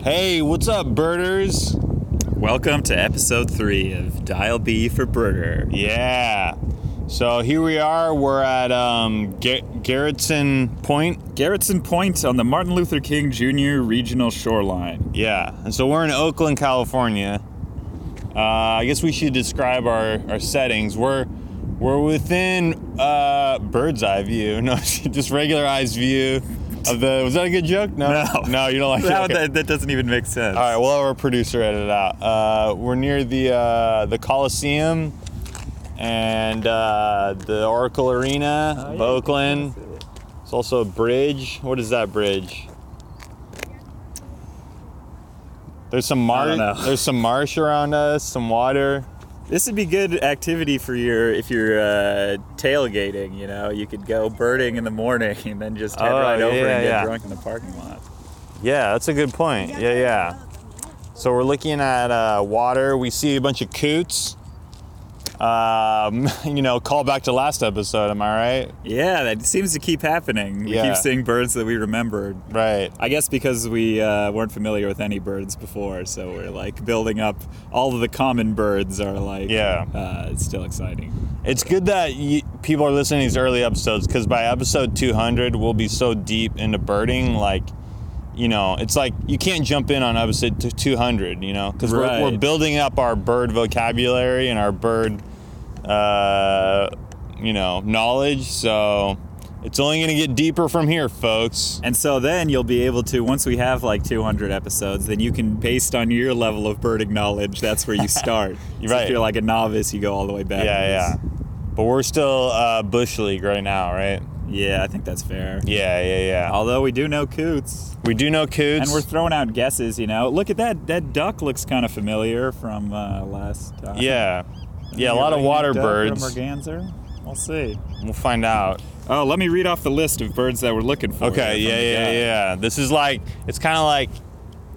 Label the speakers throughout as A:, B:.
A: What's up, birders?
B: Welcome to episode three of Dial B for Burger.
A: Yeah. So here we are. We're at um, Ga- Garrettson Point.
B: Garrettson Point on the Martin Luther King Jr. regional shoreline.
A: Yeah. And so we're in Oakland, California. Uh, I guess we should describe our, our settings. We're we're within uh, bird's eye view. No, just regular eyes view of the. Was that a good joke? No.
B: No.
A: No, you don't like
B: That,
A: that. Okay.
B: that, that doesn't even make sense.
A: All right, we'll have our producer edit it out. Uh, we're near the uh, the Coliseum and uh, the Oracle Arena, of Oakland. It's also a bridge. What is that bridge? There's some
B: don't know.
A: marsh. There's some marsh around us. Some water.
B: This would be good activity for your if you're uh, tailgating. You know, you could go birding in the morning and then just head
A: Oh,
B: right over
A: yeah,
B: and get
A: yeah.
B: drunk in the parking lot.
A: Yeah, that's a good point. Yeah, yeah. So we're looking at uh, water. We see a bunch of coots. Um, you know, call back to last episode. Am I right?
B: Yeah, that seems to keep happening. We
A: Yeah.
B: keep seeing birds that we remembered.
A: Right.
B: I guess because we uh, weren't familiar with any birds before, so we're like building up. All of the common birds are like,
A: Yeah.
B: uh, it's still exciting.
A: It's good that you, people are listening to these early episodes because by episode 200, we'll be so deep into birding. Like, you know, it's like you can't jump in on episode t- 200, you know, because we're, we're
B: Right.
A: building up our bird vocabulary and our bird, uh, you know, knowledge. So it's only going to get deeper from here, folks.
B: And so then you'll be able to once we have like 200 episodes, then you can based on your level of birding knowledge, that's where you start.
A: You're
B: So
A: right.
B: If you're like a novice, you go all the way back.
A: Yeah, yeah. But we're still uh, Bush League right now, right?
B: Yeah, I think that's fair.
A: Yeah, yeah, yeah.
B: Although we do know coots.
A: We do know coots.
B: And we're throwing out guesses, you know. Look at that. That duck looks kind of familiar from uh, last time.
A: yeah. Yeah, a lot of water birds.
B: Merganser. We'll see.
A: We'll find out.
B: Oh, let me read off the list of birds that we're looking for.
A: Okay, yeah,
B: here from the
A: yeah,
B: guide.
A: yeah. This is like it's kind of like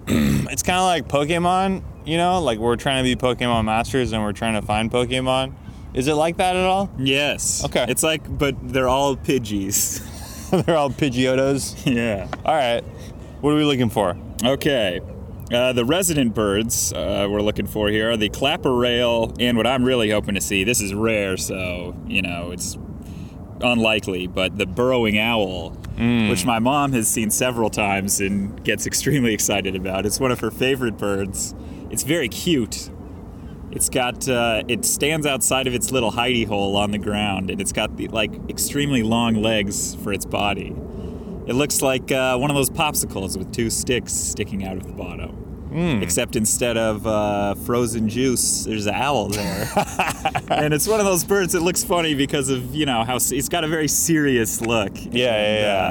A: it's kind of like Pokemon, you know? Like we're trying to be Pokemon masters and we're trying to find Pokemon. Is it like that at all?
B: Yes.
A: Okay.
B: It's like, but they're all Pidgeys.
A: They're all Pidgeotos.
B: yeah.
A: All right. What are we looking for?
B: Okay. Uh, the resident birds uh, we're looking for here are the clapper rail, and what I'm really hoping to see. This is rare, so you know it's unlikely. But the burrowing owl,
A: Mm.
B: which my mom has seen several times and gets extremely excited about. It's one of her favorite birds. It's very cute. It's got uh, it stands outside of its little hidey hole on the ground, and it's got the like extremely long legs for its body. It looks like uh, one of those popsicles with two sticks sticking out of the bottom.
A: Hmm.
B: Except instead of uh, frozen juice, there's an owl there. and it's one of those birds that looks funny because of, you know, how s- it's got a very serious look.
A: Yeah,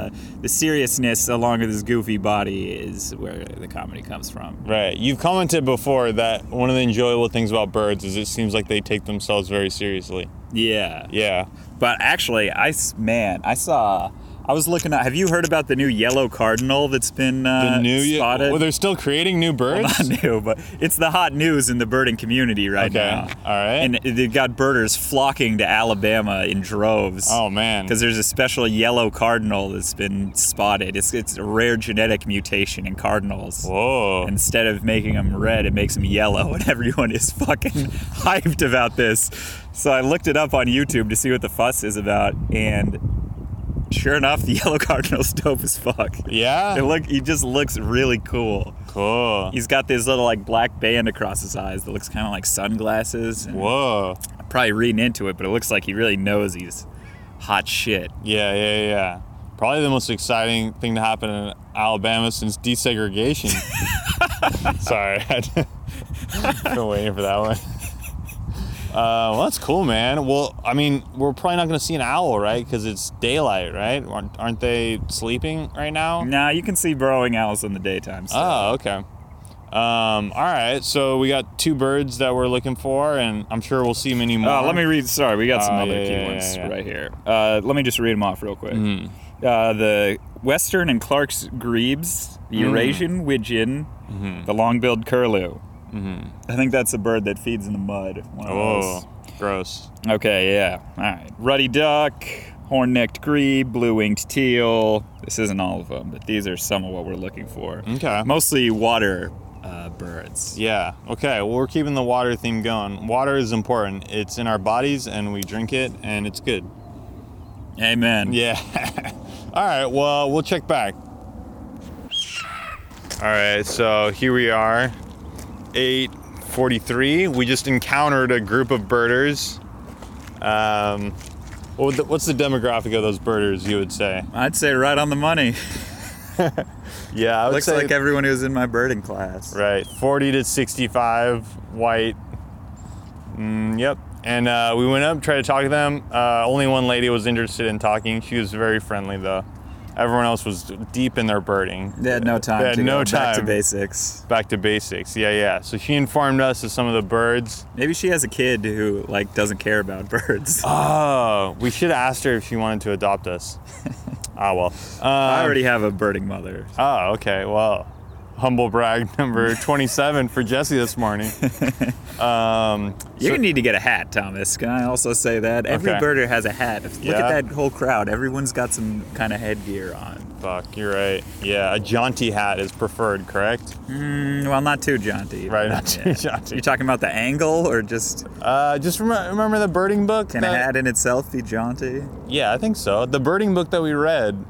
B: And,
A: yeah,
B: Uh, the seriousness along with his goofy body is where the comedy comes from.
A: Right. You've commented before that one of the enjoyable things about birds is it seems like they take themselves very seriously.
B: Yeah.
A: Yeah.
B: But actually, I, s- man, I saw. I was looking at. Have you heard about the new yellow cardinal that's been uh,
A: The new
B: spotted?
A: Well, they're still creating new birds.
B: not new, but it's the hot news in the birding community right
A: Okay.
B: now.
A: All right.
B: And they've got birders flocking to Alabama in droves.
A: Oh man.
B: Because there's a special yellow cardinal that's been spotted. It's, it's a rare genetic mutation in cardinals.
A: Whoa.
B: Instead of making them red, it makes them yellow, and everyone is fucking hyped about this. So I looked it up on YouTube to see what the fuss is about, and sure enough, the yellow cardinal's dope as fuck. It
A: Yeah.
B: look, he just looks really cool.
A: Cool.
B: He's got this little like black band across his eyes that looks kind of like sunglasses. And
A: Whoa.
B: I'm probably reading into it, but it looks like he really knows he's hot shit.
A: Yeah, yeah, yeah. Probably the most exciting thing to happen in Alabama since desegregation. Sorry, I've been waiting for that one. Uh, well, that's cool, man. Well, I mean, we're probably not going to see an owl, right? Because it's daylight, right? Aren't, aren't they sleeping right now?
B: Now you can see burrowing owls in the daytime. So.
A: Oh, okay. Um, all right, so we got two birds that we're looking for, and I'm sure we'll see many more.
B: Uh, let me read. Sorry, we got some
A: Oh,
B: other
A: yeah,
B: key
A: yeah,
B: ones
A: yeah, Mm-hmm. yeah.
B: right here. Uh, let me just read them off real quick. Uh, the Western and Clark's grebes,
A: Mm.
B: the Eurasian widgeon,
A: Mm-hmm.
B: the long-billed curlew. I think that's a bird that feeds in the mud. One of those.
A: Oh, gross.
B: Okay, yeah. All right. Ruddy duck, horn necked grebe, blue winged
A: Mm.
B: teal. This isn't all of them, but these are some of what we're looking for.
A: Okay.
B: Mostly water uh, birds.
A: Yeah. Okay. Well, we're keeping the water theme going. Water is important. It's in our bodies, and we drink it, and it's good.
B: Amen.
A: Yeah. All right. Well, we'll check back. All right. So here we are, eight forty-three. We just encountered a group of birders. Um, what would the- what's the demographic of those birders? You would say.
B: I'd say right on the money.
A: Yeah. I would
B: Looks
A: say-
B: like everyone who was in my birding class.
A: Right, 40 to 65, white. Mm, yep. And uh, we went up, tried to talk to them. Uh, only one lady was interested in talking. She was very friendly, though. Everyone else was deep in their birding.
B: They had no time
A: They had
B: to
A: no
B: go back to
A: time.
B: basics.
A: Back to basics. Yeah, yeah. So she informed us of some of the birds.
B: Maybe she has a kid who like doesn't care about birds.
A: Oh, we should have asked her if she wanted to adopt us. ah, well.
B: I
A: Um,
B: already have a birding mother.
A: Oh, okay. Well, humble brag number 27 for Jesse this morning. Um, so-
B: You're gonna need to get a hat, Thomas. Can I also say that every
A: Okay.
B: birder has a hat? If- Look
A: Yeah.
B: at that whole crowd. Everyone's got some kind of headgear on.
A: Fuck, you're right. Yeah, a jaunty hat is preferred, correct?
B: Mm, well, not too jaunty.
A: Right,
B: but,
A: not too jaunty.
B: You're talking about the angle, or just
A: Uh, just rem- remember the birding book.
B: can a
A: that-
B: hat in itself be jaunty?
A: Yeah, I think so. The birding book that we read.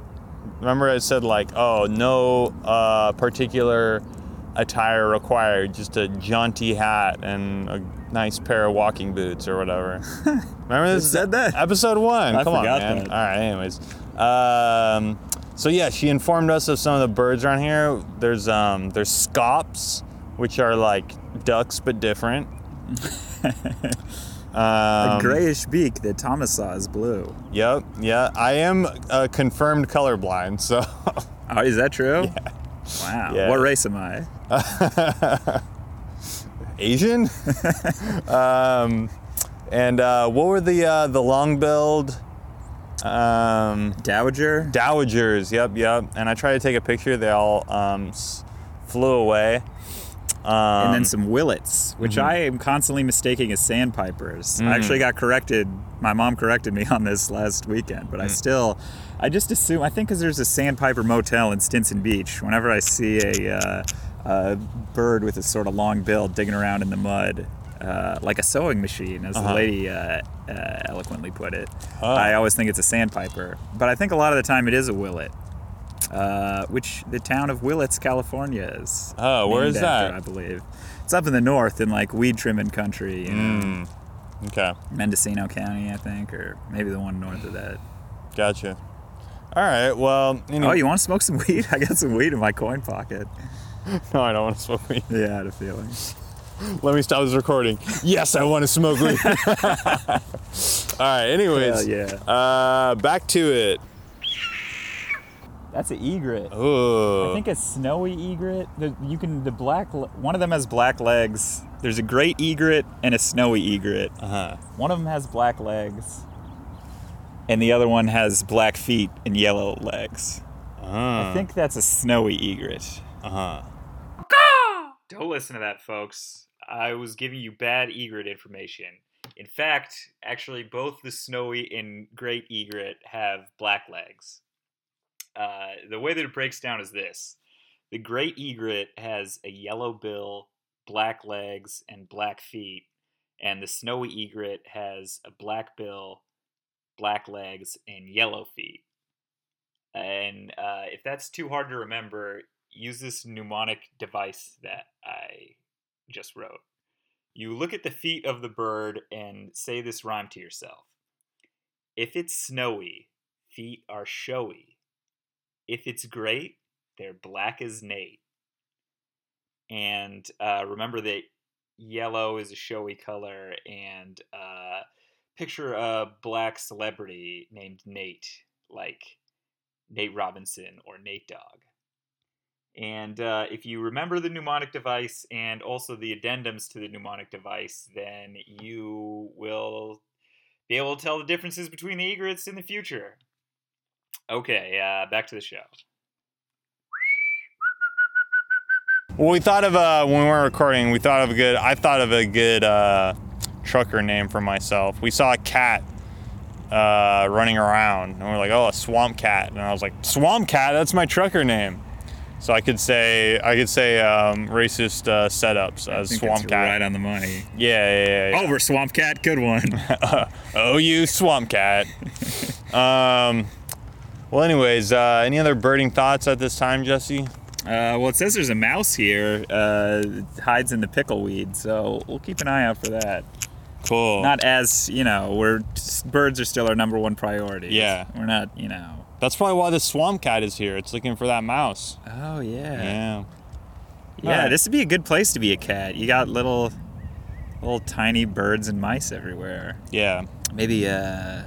A: Remember, I said like, oh, no uh, particular attire required, just a jaunty hat and a nice pair of walking boots or whatever. remember this?
B: It said that?
A: Episode one.
B: I
A: Come on,
B: forgot
A: man.
B: that.
A: All right. Anyways, um, so yeah, she informed us of some of the birds around here. There's um, there's scops, which are like ducks but different. Um,
B: a grayish beak that Thomas saw is blue.
A: Yep, yeah. I am uh, confirmed colorblind, so
B: Oh, is that true? Wow.
A: Yeah.
B: What race am I?
A: Asian. um, and uh, what were the uh, the long billed um,
B: Dowager.
A: dowagers? Yep, yep. And I tried to take a picture. They all um, s- flew away. Um, mm-hmm.
B: and then some willets, which I am constantly mistaking as sandpipers.
A: Mm.
B: I actually got corrected. My mom corrected me on this last weekend,
A: Mm.
B: but I still, I just assume. I think because there's a sandpiper motel in Stinson Beach. Whenever I see a, uh, a bird with a sort of long bill digging around in the mud. Uh, like a sewing machine, as the lady uh, uh, eloquently put it.
A: Uh-huh. Oh.
B: I always think it's a sandpiper, but I think a lot of the time it is a willet, uh, which the town of Willits, California, is
A: Oh, where
B: named
A: is
B: after,
A: that?
B: I believe it's up in the north in like weed trimming country, you know,
A: Mm. okay,
B: Mendocino County, I think, or maybe the one north of that.
A: Mm. gotcha. All right. Well,
B: Oh,
A: anyway,
B: you want to smoke some weed? I got some weed in my coin pocket.
A: no, I don't want to smoke weed.
B: Yeah, I had a feeling.
A: Let me stop this recording. Yes, I want to smoke weed. All right. Anyways,
B: Hell yeah.
A: Uh, back to it.
B: That's an egret.
A: Oh. Ooh.
B: I think a snowy egret. The, you can the black le- one of them has black legs. There's a great egret and a snowy egret.
A: uh-huh.
B: One of them has black legs, and the other one has black feet and yellow legs.
A: Uh.
B: I think that's a snowy egret.
A: Uh-huh.
B: Don't listen to that, folks. I was giving you bad egret information. In fact, actually, both the snowy and great egret have black legs. Uh, the way that it breaks down is this the great egret has a yellow bill, black legs, and black feet, and the snowy egret has a black bill, black legs, and yellow feet. And uh, if that's too hard to remember, use this mnemonic device that I just wrote. You look at the feet of the bird and say this rhyme to yourself. If it's snowy, feet are showy. If it's great, they're black as Nate. And uh, remember that yellow is a showy color, and uh, picture a black celebrity named Nate, like Nate Robinson or Nate Dogg. And uh, if you remember the mnemonic device and also the addendums to the mnemonic device, then you will be able to tell the differences between the egrets in the future. Okay, uh, back to the show.
A: Well, we thought of uh, when we were recording. We thought of a good. I thought of a good uh, trucker name for myself. We saw a cat uh, running around, and we are like, "Oh, a swamp cat!" And I was like, "Swamp cat? That's my trucker name." So I could say I could say um, racist uh, setups
B: I
A: as
B: think
A: swamp
B: that's
A: cat.
B: Right on the money. Oh,
A: Yeah, yeah, yeah. yeah.
B: Over swamp cat. Good one.
A: Oh, you swamp cat. um, well, anyways, uh, any other birding thoughts at this time, Jesse?
B: Uh, well, it says there's a mouse here. Uh, it hides in the pickle weed, so we'll keep an eye out for that.
A: Cool.
B: Not as you know, we're birds are still our number one priority.
A: Yeah.
B: we're not you know.
A: That's probably why the swamp cat is here. It's looking for that mouse.
B: Oh yeah,
A: Yeah.
B: yeah.
A: Alright.
B: This would be a good place to be a cat. You got little, little tiny birds and mice everywhere.
A: Yeah.
B: Maybe uh.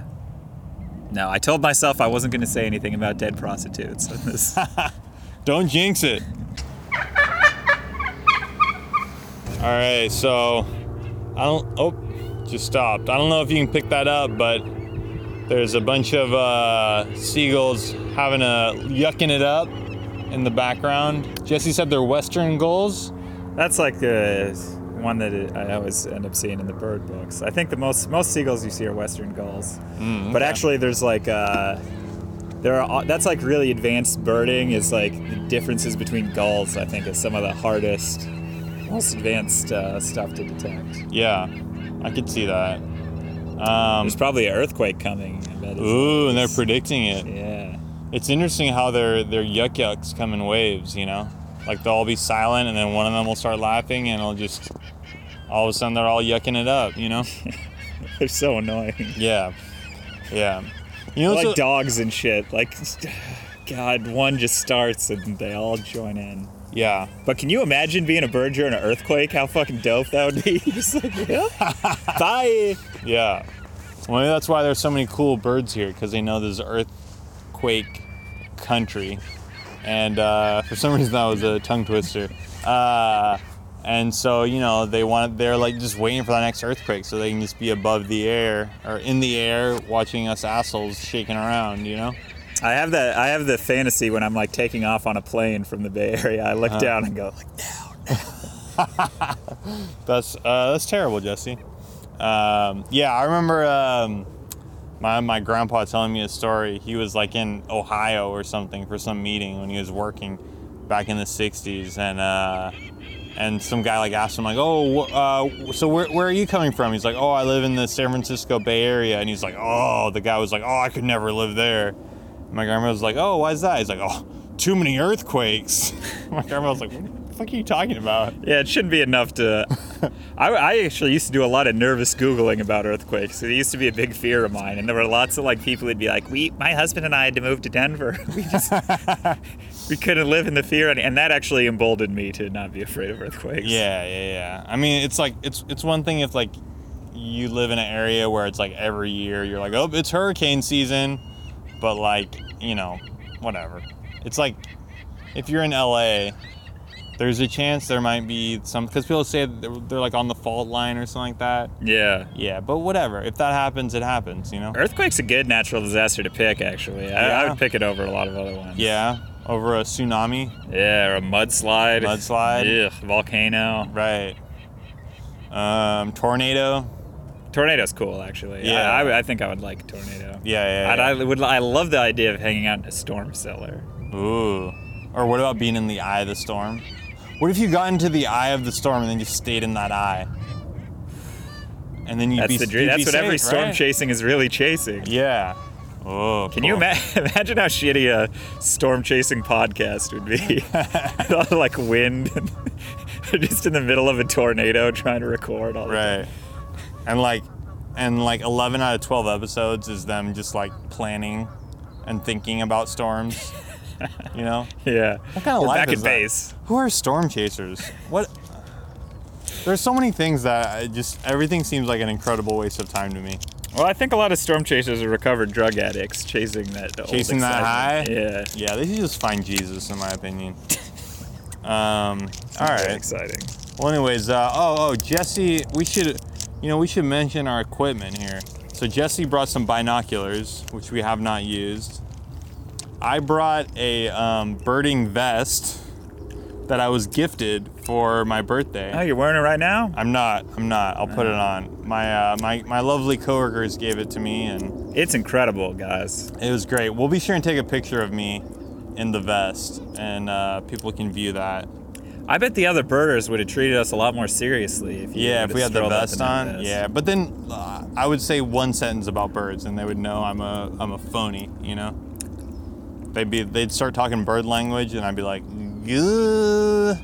B: No, I told myself I wasn't going to say anything about dead prostitutes. on this.
A: Don't jinx it. All right, so I don't. Oh, just stopped. I don't know if you can pick that up, but there's a bunch of uh, seagulls having a yucking it up in the background. Jesse said they're western gulls.
B: That's like the one that I always end up seeing in the bird books. I think the most most seagulls you see are western gulls, but actually there's like uh, there are that's like really advanced birding is like the differences between gulls. I think is some of the hardest, most advanced uh, stuff to detect.
A: Yeah, I could see that. Um,
B: There's probably an earthquake coming. I bet.
A: ooh, and they're predicting it.
B: Yeah.
A: It's interesting how their their yuck yucks come in waves, you know? Like they'll all be silent and then one of them will start laughing and it'll just all of a sudden they're all yucking it up, you know?
B: They're so annoying.
A: Yeah. Yeah. You know
B: They're
A: what's
B: like
A: a-
B: dogs and shit. Like, God, one just starts and they all join in.
A: Yeah.
B: But can you imagine being a bird during an earthquake? How fucking dope that would be! Just like, yeah. bye.
A: Yeah. Well maybe that's why there's so many cool birds here, because they know this is earthquake country. And uh, for some reason that was a tongue twister. Uh, and so, you know, they want they're like just waiting for the next earthquake so they can just be above the air or in the air watching us assholes shaking around, you know?
B: I have that. I have the fantasy when I'm like taking off on a plane from the Bay Area. I
A: Uh-huh.
B: look down and go, like,
A: That's uh, that's terrible, Jesse. Um, yeah, I remember um, my my grandpa telling me a story. He was like in Ohio or something for some meeting when he was working back in the '60s, and uh, and some guy like asked him like, "Oh, wh- uh, so where, where are you coming from?" He's like, "Oh, I live in the San Francisco Bay Area," and he's like, "Oh," the guy was like, "Oh, I could never live there." My grandma was like, "Oh, why is that?" He's like, "Oh, too many earthquakes." my grandma was like, "What the fuck are you talking about?"
B: yeah, it shouldn't be enough to. I, I actually used to do a lot of nervous googling about earthquakes. It used to be a big fear of mine, and there were lots of like people who'd be like, "We, my husband and I had to move to Denver. we just we couldn't live in the fear," and, and that actually emboldened me to not be afraid of earthquakes.
A: Yeah, yeah, yeah. I mean, it's like it's it's one thing if like you live in an area where it's like every year you're like, oh, it's hurricane season, but like you know, whatever. It's like if you're in LA, there's a chance there might be some because people say they're, they're like on the fault line or something like that.
B: Yeah.
A: Yeah, but whatever. If that happens, it happens. You know.
B: Earthquake's a good natural disaster to pick, actually. I, I
A: Yeah.
B: would pick it over a lot of other ones.
A: Yeah, over a tsunami,
B: Yeah, or a mudslide.
A: Mudslide.
B: Ugh, volcano.
A: right? Um, tornado.
B: Tornado's cool, actually.
A: Yeah.
B: I, I, I think I would like a tornado.
A: Yeah, yeah.
B: I'd,
A: yeah.
B: I would. I love the idea of hanging out in a storm cellar.
A: Ooh. Or what about being in the eye of the storm? What if you got into the eye of the storm and then you stayed in that eye? And then you'd
B: That's
A: be
B: the dream.
A: you'd be
B: That's what every
A: safe,
B: storm
A: right?
B: chasing is really chasing.
A: Yeah. Oh.
B: Can you
A: cool.
B: ima- imagine how shitty a storm chasing podcast would be? With all, like wind, and just in the middle of a tornado trying to record all the
A: Right. And like and like 11 out of 12 episodes is them just like planning and thinking about storms. you know?
B: Yeah.
A: What kind of
B: We're
A: life
B: back
A: is
B: at
A: that?
B: base.
A: Who are storm chasers? What There's so many things that I just everything seems like an incredible waste of time to me.
B: Well, I think a lot of storm chasers are recovered drug addicts chasing that. old
A: Chasing that
B: excitement. Yeah.
A: Yeah, they should just find Jesus, in my opinion. um, all
B: Very
A: right.
B: Exciting.
A: Well, anyways, uh, oh, oh, Jesse, we should, you know, we should mention our equipment here. So Jesse brought some binoculars, which we have not used. I brought a um, birding vest that I was gifted for my birthday.
B: Oh, you're wearing it right now?
A: I'm not. I'm not. I'll put it on. My uh, my my lovely coworkers gave it to me, and
B: It's incredible, guys.
A: it was great. We'll be sure and take a picture of me in the vest, and uh, people can view that.
B: I bet the other birders would have treated us a lot more seriously if you
A: Yeah,
B: would've
A: if we had the
B: strolled up
A: vest
B: in that
A: on.
B: vest.
A: Yeah, but then uh, I would say one sentence about birds, and they would know I'm a I'm a phony. You know, they'd be they'd start talking bird language, and I'd be like, "Gah."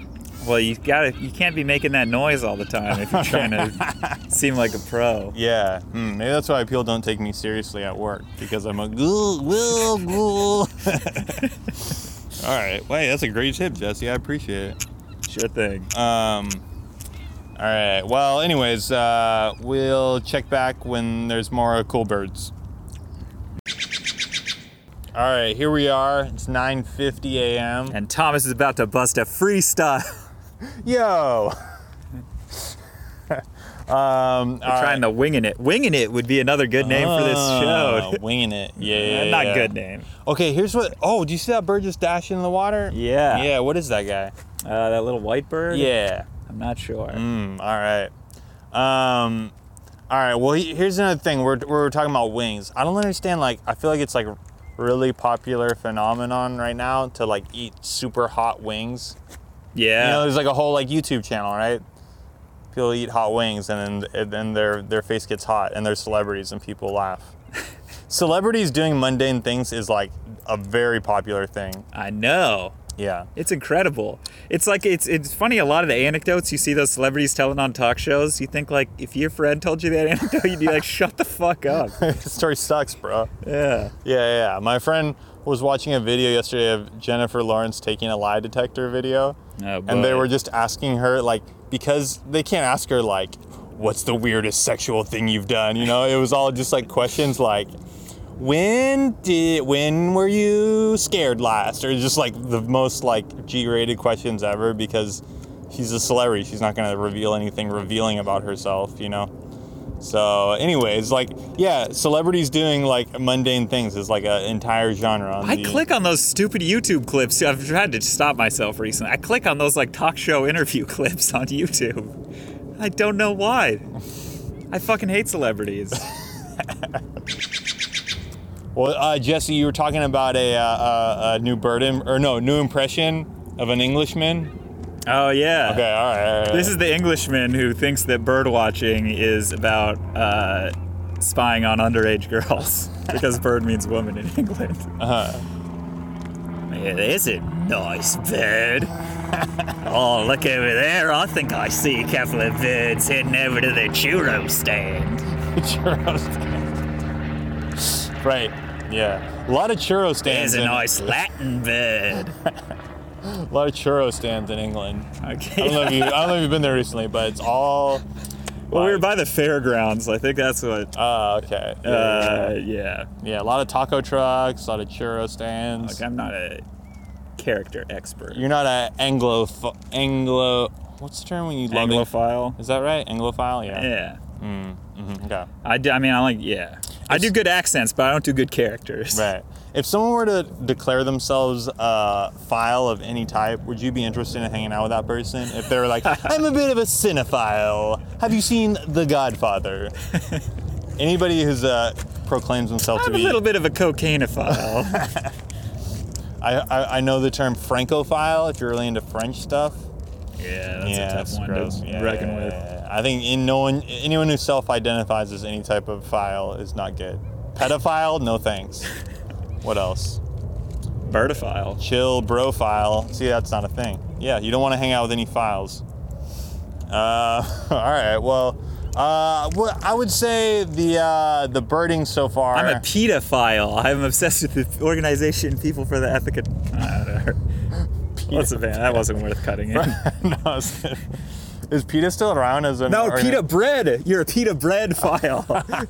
B: Well, you gotta you can't be making that noise all the time if you're trying to seem like a pro.
A: yeah. Hmm, maybe that's why people don't take me seriously at work because I'm a ghoul, will, ghoul. All right. Wait, that's a great tip, Jesse. I appreciate it.
B: Sure thing.
A: Um, all right. Well, anyways, uh, we'll check back when there's more cool birds. All right, here we are. It's 9:50 a.m.
B: And Thomas is about to bust a freestyle.
A: Yo. um,
B: We're trying to winging it. Winging it would be another good name for this show.
A: winging it. Yeah, Oh, yeah,
B: Not
A: yeah.
B: good name.
A: Okay, here's what. Oh, do you see that bird just dashing in the water?
B: Yeah.
A: Yeah. What is that guy?
B: Uh, that little white bird.
A: Yeah.
B: I'm not sure.
A: Mm, all right. Um, all right. Well, he- here's another thing. We're, we're talking about wings. I don't understand. Like, I feel like it's like really popular phenomenon right now to like eat super hot wings. You know,
B: Yeah.
A: there's like a whole like YouTube channel, right? People eat hot wings, and then and then their their face gets hot, and they're celebrities, and people laugh. celebrities doing mundane things is like a very popular thing.
B: I know.
A: Yeah.
B: It's incredible. It's like it's it's funny. A lot of the anecdotes you see those celebrities telling on talk shows, you think like if your friend told you that anecdote, you'd be like, shut the fuck up.
A: this story sucks, bro.
B: Yeah.
A: Yeah, yeah, yeah. My friend was watching a video yesterday of Jennifer Lawrence taking a lie detector video.
B: Oh, boy.
A: and they were just asking her, like, because they can't ask her, like, what's the weirdest sexual thing you've done? You know, it was all just like questions like, when did, when were you scared last? Or just like the most like G rated questions ever because she's a celebrity. She's not going to reveal anything revealing about herself, you know? So, anyways, like, yeah, celebrities doing like mundane things is like an entire genre. on
B: I
A: the-
B: click on those stupid YouTube clips. I've tried to stop myself recently. I click on those like talk show interview clips on YouTube. I don't know why. I fucking hate celebrities.
A: Well, uh, Jesse, you were talking about a, uh, uh, a new burden, or no, new impression of an Englishman.
B: Oh yeah.
A: Okay, all right. all right, all right.
B: This is the Englishman who thinks that bird watching is about uh, spying on underage girls because bird means woman in England. Uh-huh. It is a nice bird. oh, look over there. I think I see a couple of birds heading over to the churro stand.
A: churro stand. right. Yeah. A lot of churro stands.
B: There's a
A: in,
B: nice Latin bird.
A: A lot of churro stands in England. I
B: Okay.
A: don't know if you. I don't know if you've been there recently, but it's all.
B: well, we were by the fairgrounds. I think that's what.
A: Uh, okay. Yeah, yeah,
B: Uh, yeah.
A: yeah. yeah, a lot of taco trucks, a lot of churro stands.
B: Like, I'm not a character expert.
A: You're not a Anglo Anglo. What's the term when you love it?
B: Anglophile?
A: Is that right? Anglophile. Yeah.
B: Yeah.
A: Mhm, Okay.
B: I, do, I mean, I like, yeah. I do good accents, but I don't do good characters.
A: Right. If someone were to declare themselves a file of any type, would you be interested in hanging out with that person? If they were like, I'm a bit of a cinephile. Have you seen The Godfather? Anybody who's uh, proclaims themselves
B: I'm
A: to
B: a
A: be,
B: little bit of a cocaineophile.
A: I, I I know the term Francophile. If you're really into French stuff,
B: yeah, that's
A: yeah,
B: a tough
A: it's
B: one
A: gross.
B: to
A: Yeah,
B: reckon
A: yeah,
B: with.
A: yeah. I think in no one, anyone who self-identifies as any type of file is not good. Pedophile, no thanks. What else?
B: Birdophile.
A: chill bro file. See, that's not a thing. Yeah, you don't want to hang out with any files. Uh, all right. Well, uh, well, I would say the uh, the birding so far.
B: I'm a pedophile. I'm obsessed with the organization People for the Ethic. Whatever. What's the band? That wasn't worth cutting in.
A: no, I was kidding. is PETA still around as an
B: No,
A: organ-
B: pita bread. You're a pita bread file.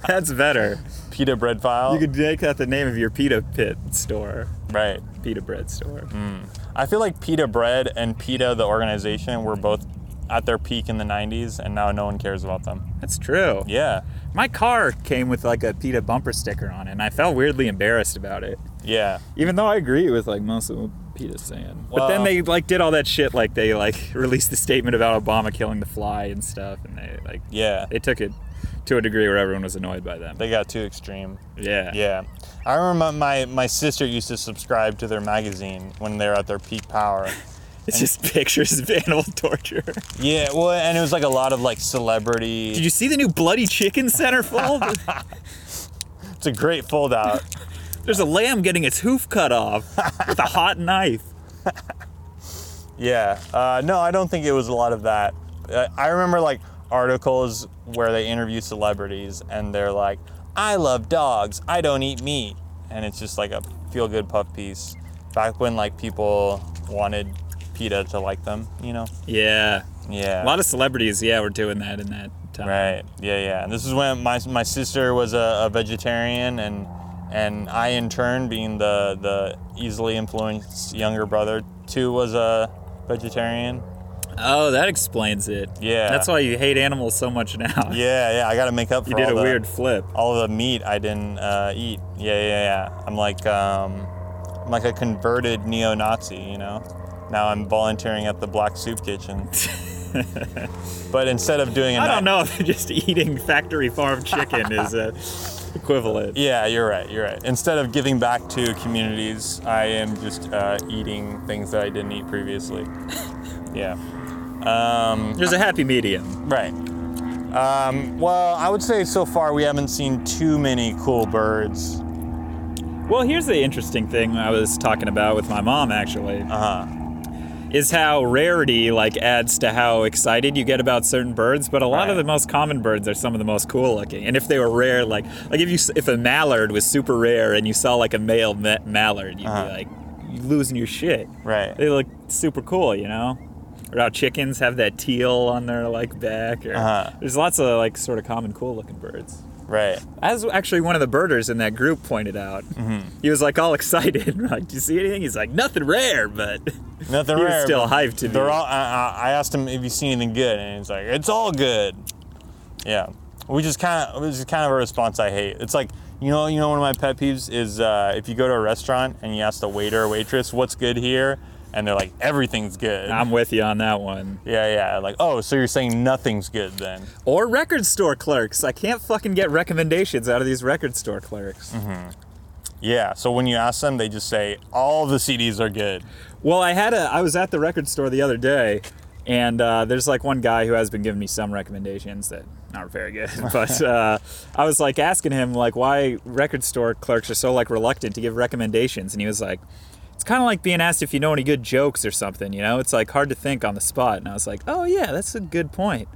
B: That's better.
A: PETA bread file?
B: You could make that the name of your pita pit store,
A: right.
B: pita bread store.
A: Mm. I feel like PETA bread and PETA the organization were both at their peak in the 90s, and now no one cares about them.
B: That's true.
A: Yeah,
B: My car came with like a PETA bumper sticker on it, and I felt weirdly embarrassed about it.
A: yeah.
B: Even though I agree with like most of what PETA's saying. but then
A: Well-
B: they like did all that shit, like they like released the statement about Obama killing the fly and stuff, and they like
A: Yeah.
B: they took it to a degree where everyone was annoyed by them.
A: They got too extreme.
B: Yeah.
A: Yeah. I remember my, my sister used to subscribe to their magazine when they were at their peak power.
B: It's just pictures of animal torture.
A: Yeah, well, and it was like a lot of like celebrity.
B: Did you see the new bloody chicken centerfold?
A: it's a great fold out.
B: There's a lamb getting its hoof cut off with a hot knife.
A: Yeah. Uh, no, I don't think it was a lot of that. Uh, I remember like articles where they interview celebrities and they're like, I love dogs. I don't eat meat. And it's just like a feel good puff piece. Back when like people wanted PETA to like them, you know?
B: Yeah.
A: Yeah.
B: A lot of celebrities, yeah, were doing that in that time.
A: Right. Yeah, yeah. And this is when my, my sister was a, a vegetarian, and and I in turn, being the the easily influenced younger brother, too was a vegetarian.
B: Oh, that explains it.
A: Yeah.
B: That's why you hate animals so much now.
A: Yeah, yeah. I got to make up for
B: You did
A: all
B: a
A: the,
B: weird flip.
A: all the meat I didn't uh, eat. Yeah, yeah, yeah. I'm like um, I'm like a converted neo-Nazi, you know. Now I'm volunteering at the black soup kitchen. but instead of doing, a
B: I
A: night-
B: don't know if just eating factory farm chicken is uh, equivalent.
A: Yeah, you're right. You're right. Instead of giving back to communities, I am just uh, eating things that I didn't eat previously. yeah. Um,
B: There's a happy medium.
A: right. Um, well, I would say so far we haven't seen too many cool birds.
B: Well, here's the interesting thing I was talking about with my mom actually.
A: Uh huh.
B: is how rarity like adds to how excited you get about certain birds but a lot
A: Right.
B: of the most common birds are some of the most cool looking and if they were rare like like if you s- if a mallard was super rare and you saw like a male ma- mallard you'd
A: Uh-huh.
B: be like you losing your shit
A: Right.
B: they look super cool you know or how chickens have that teal on their like back or
A: Uh-huh.
B: there's lots of like sort of common cool looking birds
A: Right.
B: as actually one of the birders in that group pointed out, he was like all excited. like, do you see anything? He's like, nothing rare, but
A: Nothing
B: he was
A: rare. but
B: still hyped to be.
A: They're all. I, I I asked him if you seen anything good, and he's like, "It's all good." Yeah. We just kind of. This is kind of a response I hate. It's like. You know, you know, one of my pet peeves is uh, if you go to a restaurant and you ask the waiter or waitress what's good here, and they're like, "Everything's good."
B: I'm with you on that one.
A: yeah, yeah. Like, oh, so you're saying nothing's good then?
B: Or record store clerks. I can't fucking get recommendations out of these record store clerks.
A: Yeah. So when you ask them, they just say all the CDs are good.
B: Well, I had a. I was at the record store the other day, and uh, there's like one guy who has been giving me some recommendations that aren't very good. But uh, I was like asking him like why record store clerks are so like reluctant to give recommendations, and he was like. It's kind of like being asked if you know any good jokes or something, you know? It's like hard to think on the spot. And I was like, oh, yeah, that's a good point.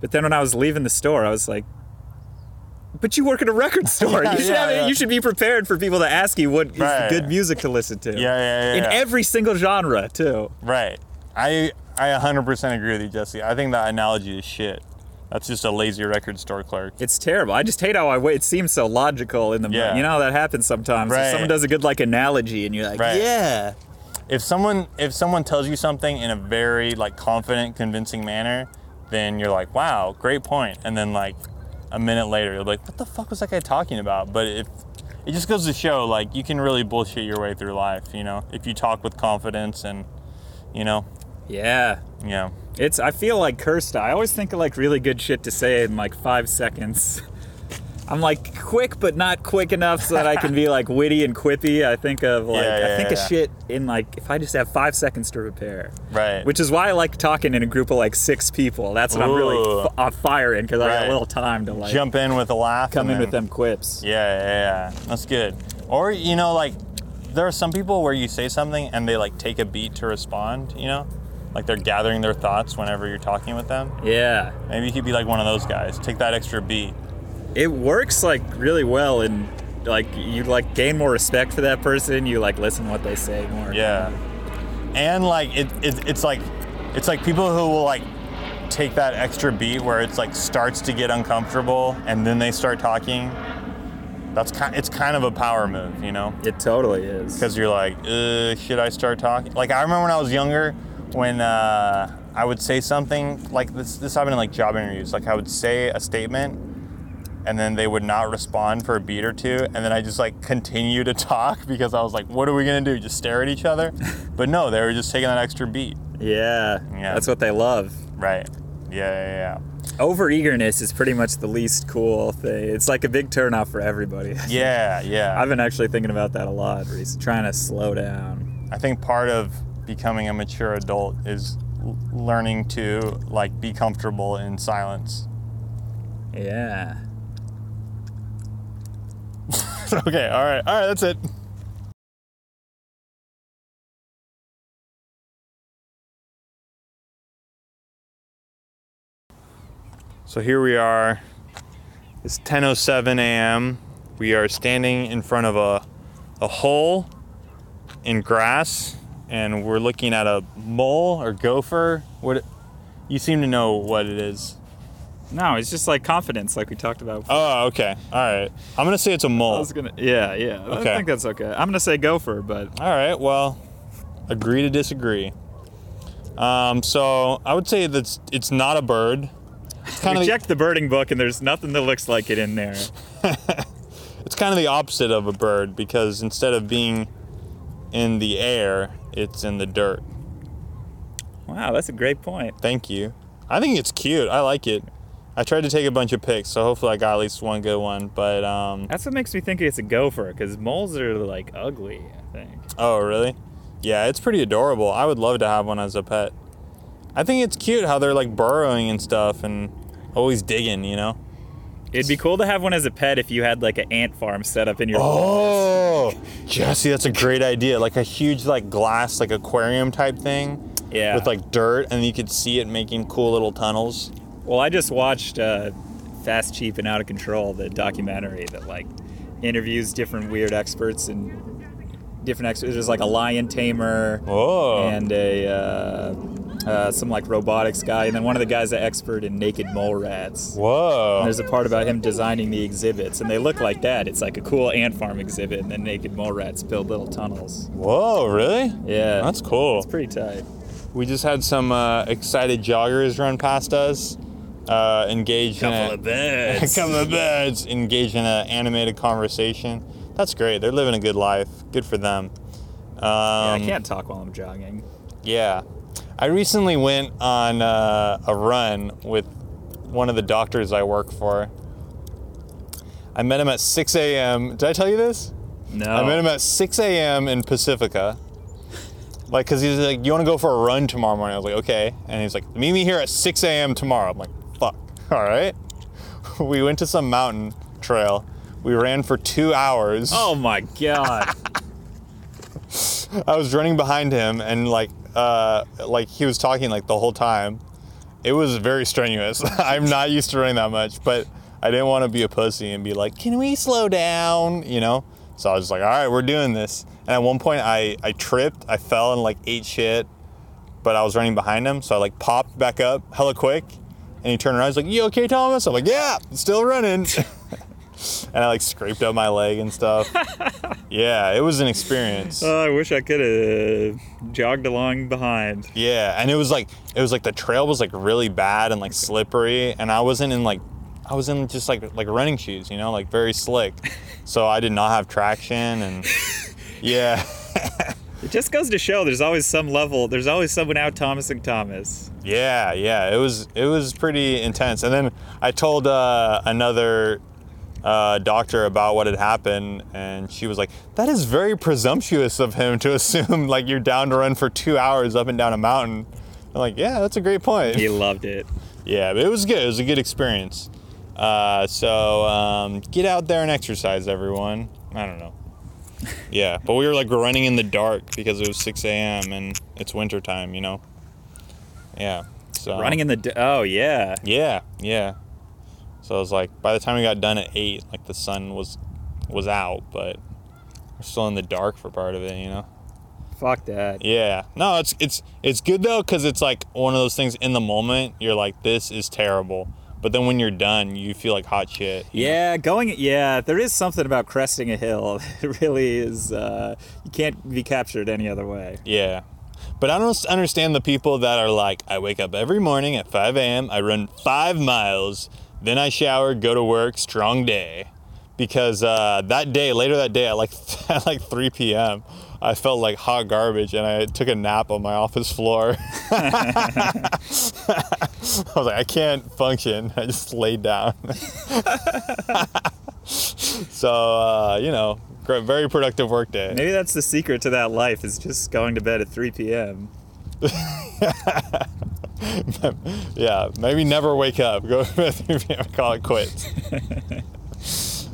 B: But then when I was leaving the store, I was like, but you work at a record store.
A: Yeah,
B: you, should
A: yeah,
B: have,
A: yeah.
B: you should be prepared for people to ask you what is
A: Right.
B: good music to listen to
A: Yeah, yeah, yeah.
B: in
A: yeah.
B: every single genre too.
A: Right. I I 100% agree with you, Jesse. I think that analogy is shit. That's just a lazy record store clerk.
B: It's terrible. I just hate how I wait. It seems so logical in the
A: Yeah.
B: you know how that happens sometimes. If
A: Right.
B: someone does a good like analogy and you're like,
A: Right.
B: yeah,
A: If someone if someone tells you something in a very like confident, convincing manner, then you're like, "Wow, great point." And then like a minute later, you're like, "What the fuck was that guy talking about?" But if it just goes to show like you can really bullshit your way through life, you know, if you talk with confidence and you know,
B: yeah.
A: yeah.
B: It's I feel like cursed. I always think of like really good shit to say in like five seconds. I'm like quick, but not quick enough so that I can be like witty and quippy. I think of like
A: Yeah, yeah,
B: I think
A: yeah.
B: of shit in like if I just have five seconds to prepare.
A: Right.
B: Which is why I like talking in a group of like six people. That's what I'm really
A: Ooh.
B: f- on fire in because I got
A: Right.
B: a little time to like
A: jump in with a laugh
B: come
A: and
B: in
A: then-
B: with them quips.
A: Yeah, yeah, yeah. That's good. Or you know, like there are some people where you say something and they like take a beat to respond. You know, like they're gathering their thoughts whenever you're talking with them.
B: Yeah.
A: Maybe you could be like one of those guys. Take that extra beat.
B: It works like really well and like you like gain more respect for that person, you like listen to what they say more.
A: Yeah. And like it, it it's like it's like people who will like take that extra beat where it's like starts to get uncomfortable and then they start talking. That's kind. It's kind of a power move, you know.
B: It totally is.
A: because you're like, uh, should I start talking? Like I remember when I was younger, when uh, I would say something like this. This happened in like job interviews. Like I would say a statement, and then they would not respond for a beat or two, and then I just like continue to talk because I was like, what are we gonna do? Just stare at each other? but no, they were just taking that extra beat.
B: Yeah.
A: Yeah.
B: That's what they love.
A: Right. Yeah, yeah, yeah.
B: overeagerness is pretty much the least cool thing. It's like a big turnoff for everybody.
A: Yeah, yeah.
B: I've been actually thinking about that a lot, recently, trying to slow down.
A: I think part of becoming a mature adult is l- learning to like be comfortable in silence.
B: Yeah.
A: okay, all right. All right, that's it. So here we are. It's 10:07 a.m. We are standing in front of a a hole in grass and we're looking at a mole or gopher. What you seem to know what it is.
B: No, it's just like confidence, like we talked about.
A: Oh, okay. All right. I'm going to say it's a
B: I
A: mole.
B: was gonna, yeah, yeah.
A: Okay.
B: I think that's okay. I'm gonna say gopher, but
A: All right. Well, agree to disagree. Um, so I would say that's it's not a bird. It's kind
B: we
A: of the,
B: checked the birding book and there's nothing that looks like it in there.
A: it's kind of the opposite of a bird because instead of being in the air, it's in the dirt.
B: Wow, that's a great point.
A: Thank you. I think it's cute. I like it. I tried to take a bunch of pics, so hopefully I got at least one good one. But um,
B: That's what makes me think it's a gopher, because moles are like ugly. I think.
A: oh really? Yeah, it's pretty adorable. I would love to have one as a pet. I think it's cute how they're like burrowing and stuff and always digging. You know.
B: It'd be cool to have one as a pet if you had like an ant farm set up in your.
A: Oh, Jesse, that's a great idea. Like a huge, like glass, like aquarium type thing
B: yeah.
A: with like dirt, and you could see it making cool little tunnels.
B: Well, I just watched uh, Fast, Cheap, and Out of Control, the documentary that like interviews different weird experts and different experts. There's like a lion tamer
A: Oh,
B: and a uh, uh, some like robotics guy, and then one of the guys an expert in naked mole rats. And
A: whoa,
B: There's a part about him designing the exhibits, and they look like that. It's like a cool ant farm exhibit, and then naked mole rats build little tunnels.
A: whoa, really?
B: Yeah,
A: That's cool.
B: it's pretty tight.
A: We just had some uh, excited joggers run past us, uh, engaged in a,
B: birds.
A: couple of birds, engaged in an animated conversation. That's great. They're living a good life. Good for them. Um,
B: Yeah, I can't talk while I'm jogging.
A: Yeah. I recently went on uh, a run with one of the doctors I work for. I met him at 6 a.m. Did I tell you this?
B: No.
A: I met him at 6 a.m. in Pacifica. Like, because he's like, you want to go for a run tomorrow morning? I was like, okay. And he's like, meet me here at 6 a.m. tomorrow. I'm like, fuck. All right. We went to some mountain trail. We ran for two hours.
B: Oh my god.
A: I was running behind him and like uh like he was talking like the whole time. It was very strenuous. I'm not used to running that much, but I didn't want to be a pussy and be like, "Can we slow down?" you know? So I was like, "All right, we're doing this." And at one point I I tripped, I fell and like ate shit, but I was running behind him, so I like popped back up hella quick. And he turned around, he's like, "You okay, Thomas?" I'm like, "Yeah, still running." and I like scraped up my leg and stuff. yeah, it was an experience.
B: Oh, I wish I could have jogged along behind.
A: Yeah, and it was like it was like the trail was like really bad and like slippery, and I wasn't in like I was in just like like running shoes, you know, like very slick. So I did not have traction, and yeah,
B: It just goes to show there's always some level, there's always someone out Thomasing Thomas.
A: yeah, yeah. It was it was pretty intense. And then I told uh, another uh, doctor about what had happened, and she was like, "That is very presumptuous of him to assume like you're down to run for two hours up and down a mountain." I'm like, "Yeah, that's a great point."
B: He loved it.
A: Yeah, but it was good. It was a good experience. Uh, so um, get out there and exercise, everyone. I don't know. Yeah, but we were like running in the dark because it was 6 a.m. and it's winter time, you know. Yeah. So
B: Running in the d- oh yeah.
A: Yeah, yeah. So I was like, by the time we got done at eight, like the sun was was out, but we're still in the dark for part of it, you know.
B: Fuck that.
A: Yeah. No, it's it's it's good though cuz it's like one of those things in the moment you're like this is terrible. But then when you're done, you feel like hot shit.
B: Yeah, going yeah, there is something about cresting a hill. It really is uh you can't be captured any other way.
A: Yeah. But I don't understand the people that are like, I wake up every morning at 5 a.m., I run five miles, then I shower, go to work, strong day. Because uh, that day, later that day, at like, at like 3 p.m., I felt like hot garbage and I took a nap on my office floor. I was like, I can't function. I just laid down. so uh, you know, gr- very productive work day.
B: Maybe that's the secret to that life is just going to bed at 3 p.m.
A: Yeah, maybe never wake up. Go to 3 p.m. Call it quits.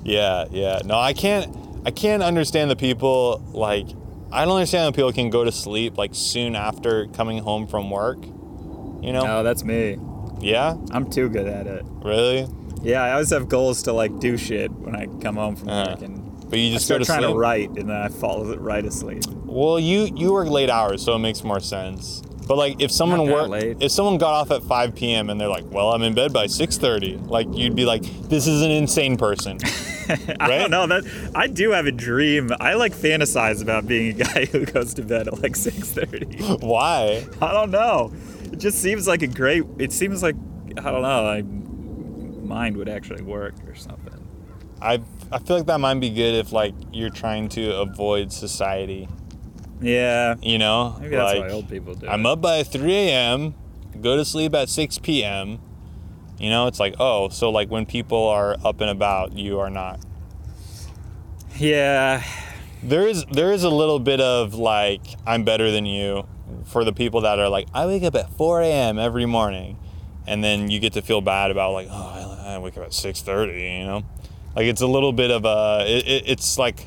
A: yeah, yeah. No, I can't. I can't understand the people like. I don't understand how people can go to sleep like soon after coming home from work. You know?
B: No, that's me.
A: Yeah.
B: I'm too good at it.
A: Really?
B: Yeah, I always have goals to like do shit when I come home from
A: Uh-huh.
B: work and
A: But you
B: I
A: just go
B: start
A: to
B: trying
A: sleep.
B: to write and then I fall right asleep.
A: Well, you you work late hours, so it makes more sense. But like, if someone
B: Not that
A: worked,
B: late.
A: if someone got off at 5 p.m. and they're like, "Well, I'm in bed by 6:30," like you'd be like, "This is an insane person."
B: I
A: Right?
B: don't know that I do have a dream. I like fantasize about being a guy who goes to bed at like 6:30.
A: Why?
B: I don't know. It just seems like a great. It seems like I don't know. Like mine would actually work or something.
A: I I feel like that might be good if like you're trying to avoid society.
B: Yeah,
A: You know,
B: maybe that's
A: like
B: why old people do.
A: I'm
B: it.
A: up by 3 a.m. Go to sleep at 6 p.m. You know, it's like oh, so like when people are up and about, you are not.
B: Yeah,
A: There is there is a little bit of like I'm better than you for the people that are like I wake up at 4 a.m. every morning, and then you get to feel bad about like oh I, I wake up at 6:30 you know, like it's a little bit of a it, it, it's like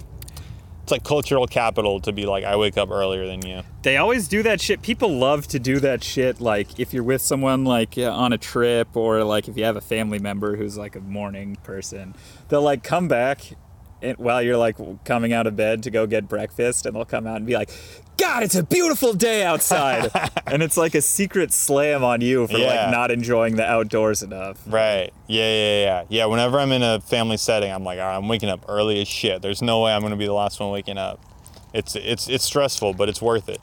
A: it's like cultural capital to be like I wake up earlier than you.
B: They always do that shit. People love to do that shit. Like if you're with someone like uh, on a trip, or like if you have a family member who's like a morning person, they'll like come back, and while you're like coming out of bed to go get breakfast, and they'll come out and be like, "God, it's a beautiful day outside," and it's like a secret slam on you for
A: Yeah.
B: like not enjoying the outdoors enough.
A: Right. Yeah, yeah, yeah. Yeah, whenever I'm in a family setting, I'm like, "All right, I'm waking up early as shit. There's no way I'm going to be the last one waking up. It's it's it's stressful, but it's worth it.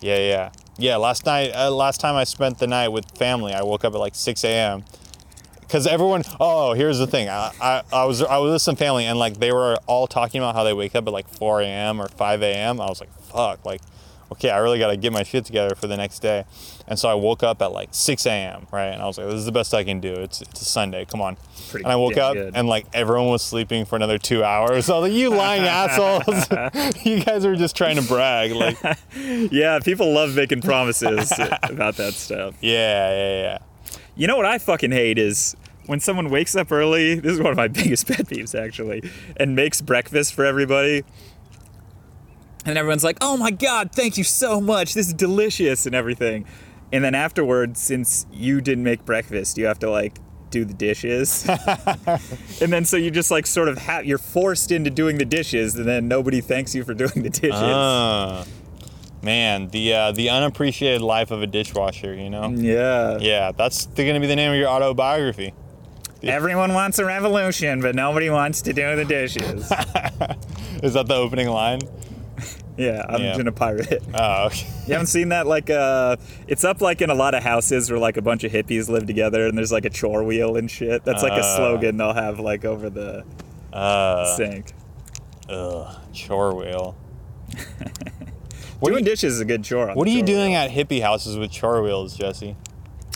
A: Yeah, yeah. Yeah, last night uh, last time I spent the night with family, I woke up at like 6 a.m. Cuz everyone Oh, here's the thing. I, I I was I was with some family and like they were all talking about how they wake up at like 4 a.m. or 5 a.m. I was like, "Fuck, like okay, I really got to get my shit together for the next day. And so I woke up at like 6 a.m., right? And I was like, this is the best I can do. It's, it's a Sunday. Come on.
B: pretty
A: and I woke
B: damn
A: up
B: good.
A: and like everyone was sleeping for another two hours. So I was like, you lying assholes. you guys were just trying to brag. Like, yeah,
B: Yeah, people love making promises about that stuff.
A: yeah, yeah.
B: You know what I fucking hate is when someone wakes up early. This is one of my biggest pet peeves, actually, and makes breakfast for everybody. And everyone's like, oh my God, thank you so much. This is delicious and everything. And then afterwards, since you didn't make breakfast, you have to like do the dishes. and then so you just like sort of ha- you're forced into doing the dishes, and then nobody thanks you for doing the dishes.
A: Uh, man, the, uh, the unappreciated life of a dishwasher, you know?
B: yeah.
A: Yeah, that's going to be the name of your autobiography.
B: Everyone wants a revolution, but nobody wants to do the dishes.
A: Is that the opening line?
B: yeah, I'm
A: Yeah.
B: gonna pirate it.
A: Oh, okay.
B: You haven't seen that? Like, uh, it's up like in a lot of houses where like a bunch of hippies live together, and there's like a chore wheel and shit. That's like a
A: Uh.
B: slogan they'll have like over the
A: Uh,
B: sink.
A: ugh, chore wheel.
B: Doing dishes is a good chore. on
A: What
B: the
A: are you
B: chore
A: doing at hippie houses with char wheels, Jesse?
B: wheel.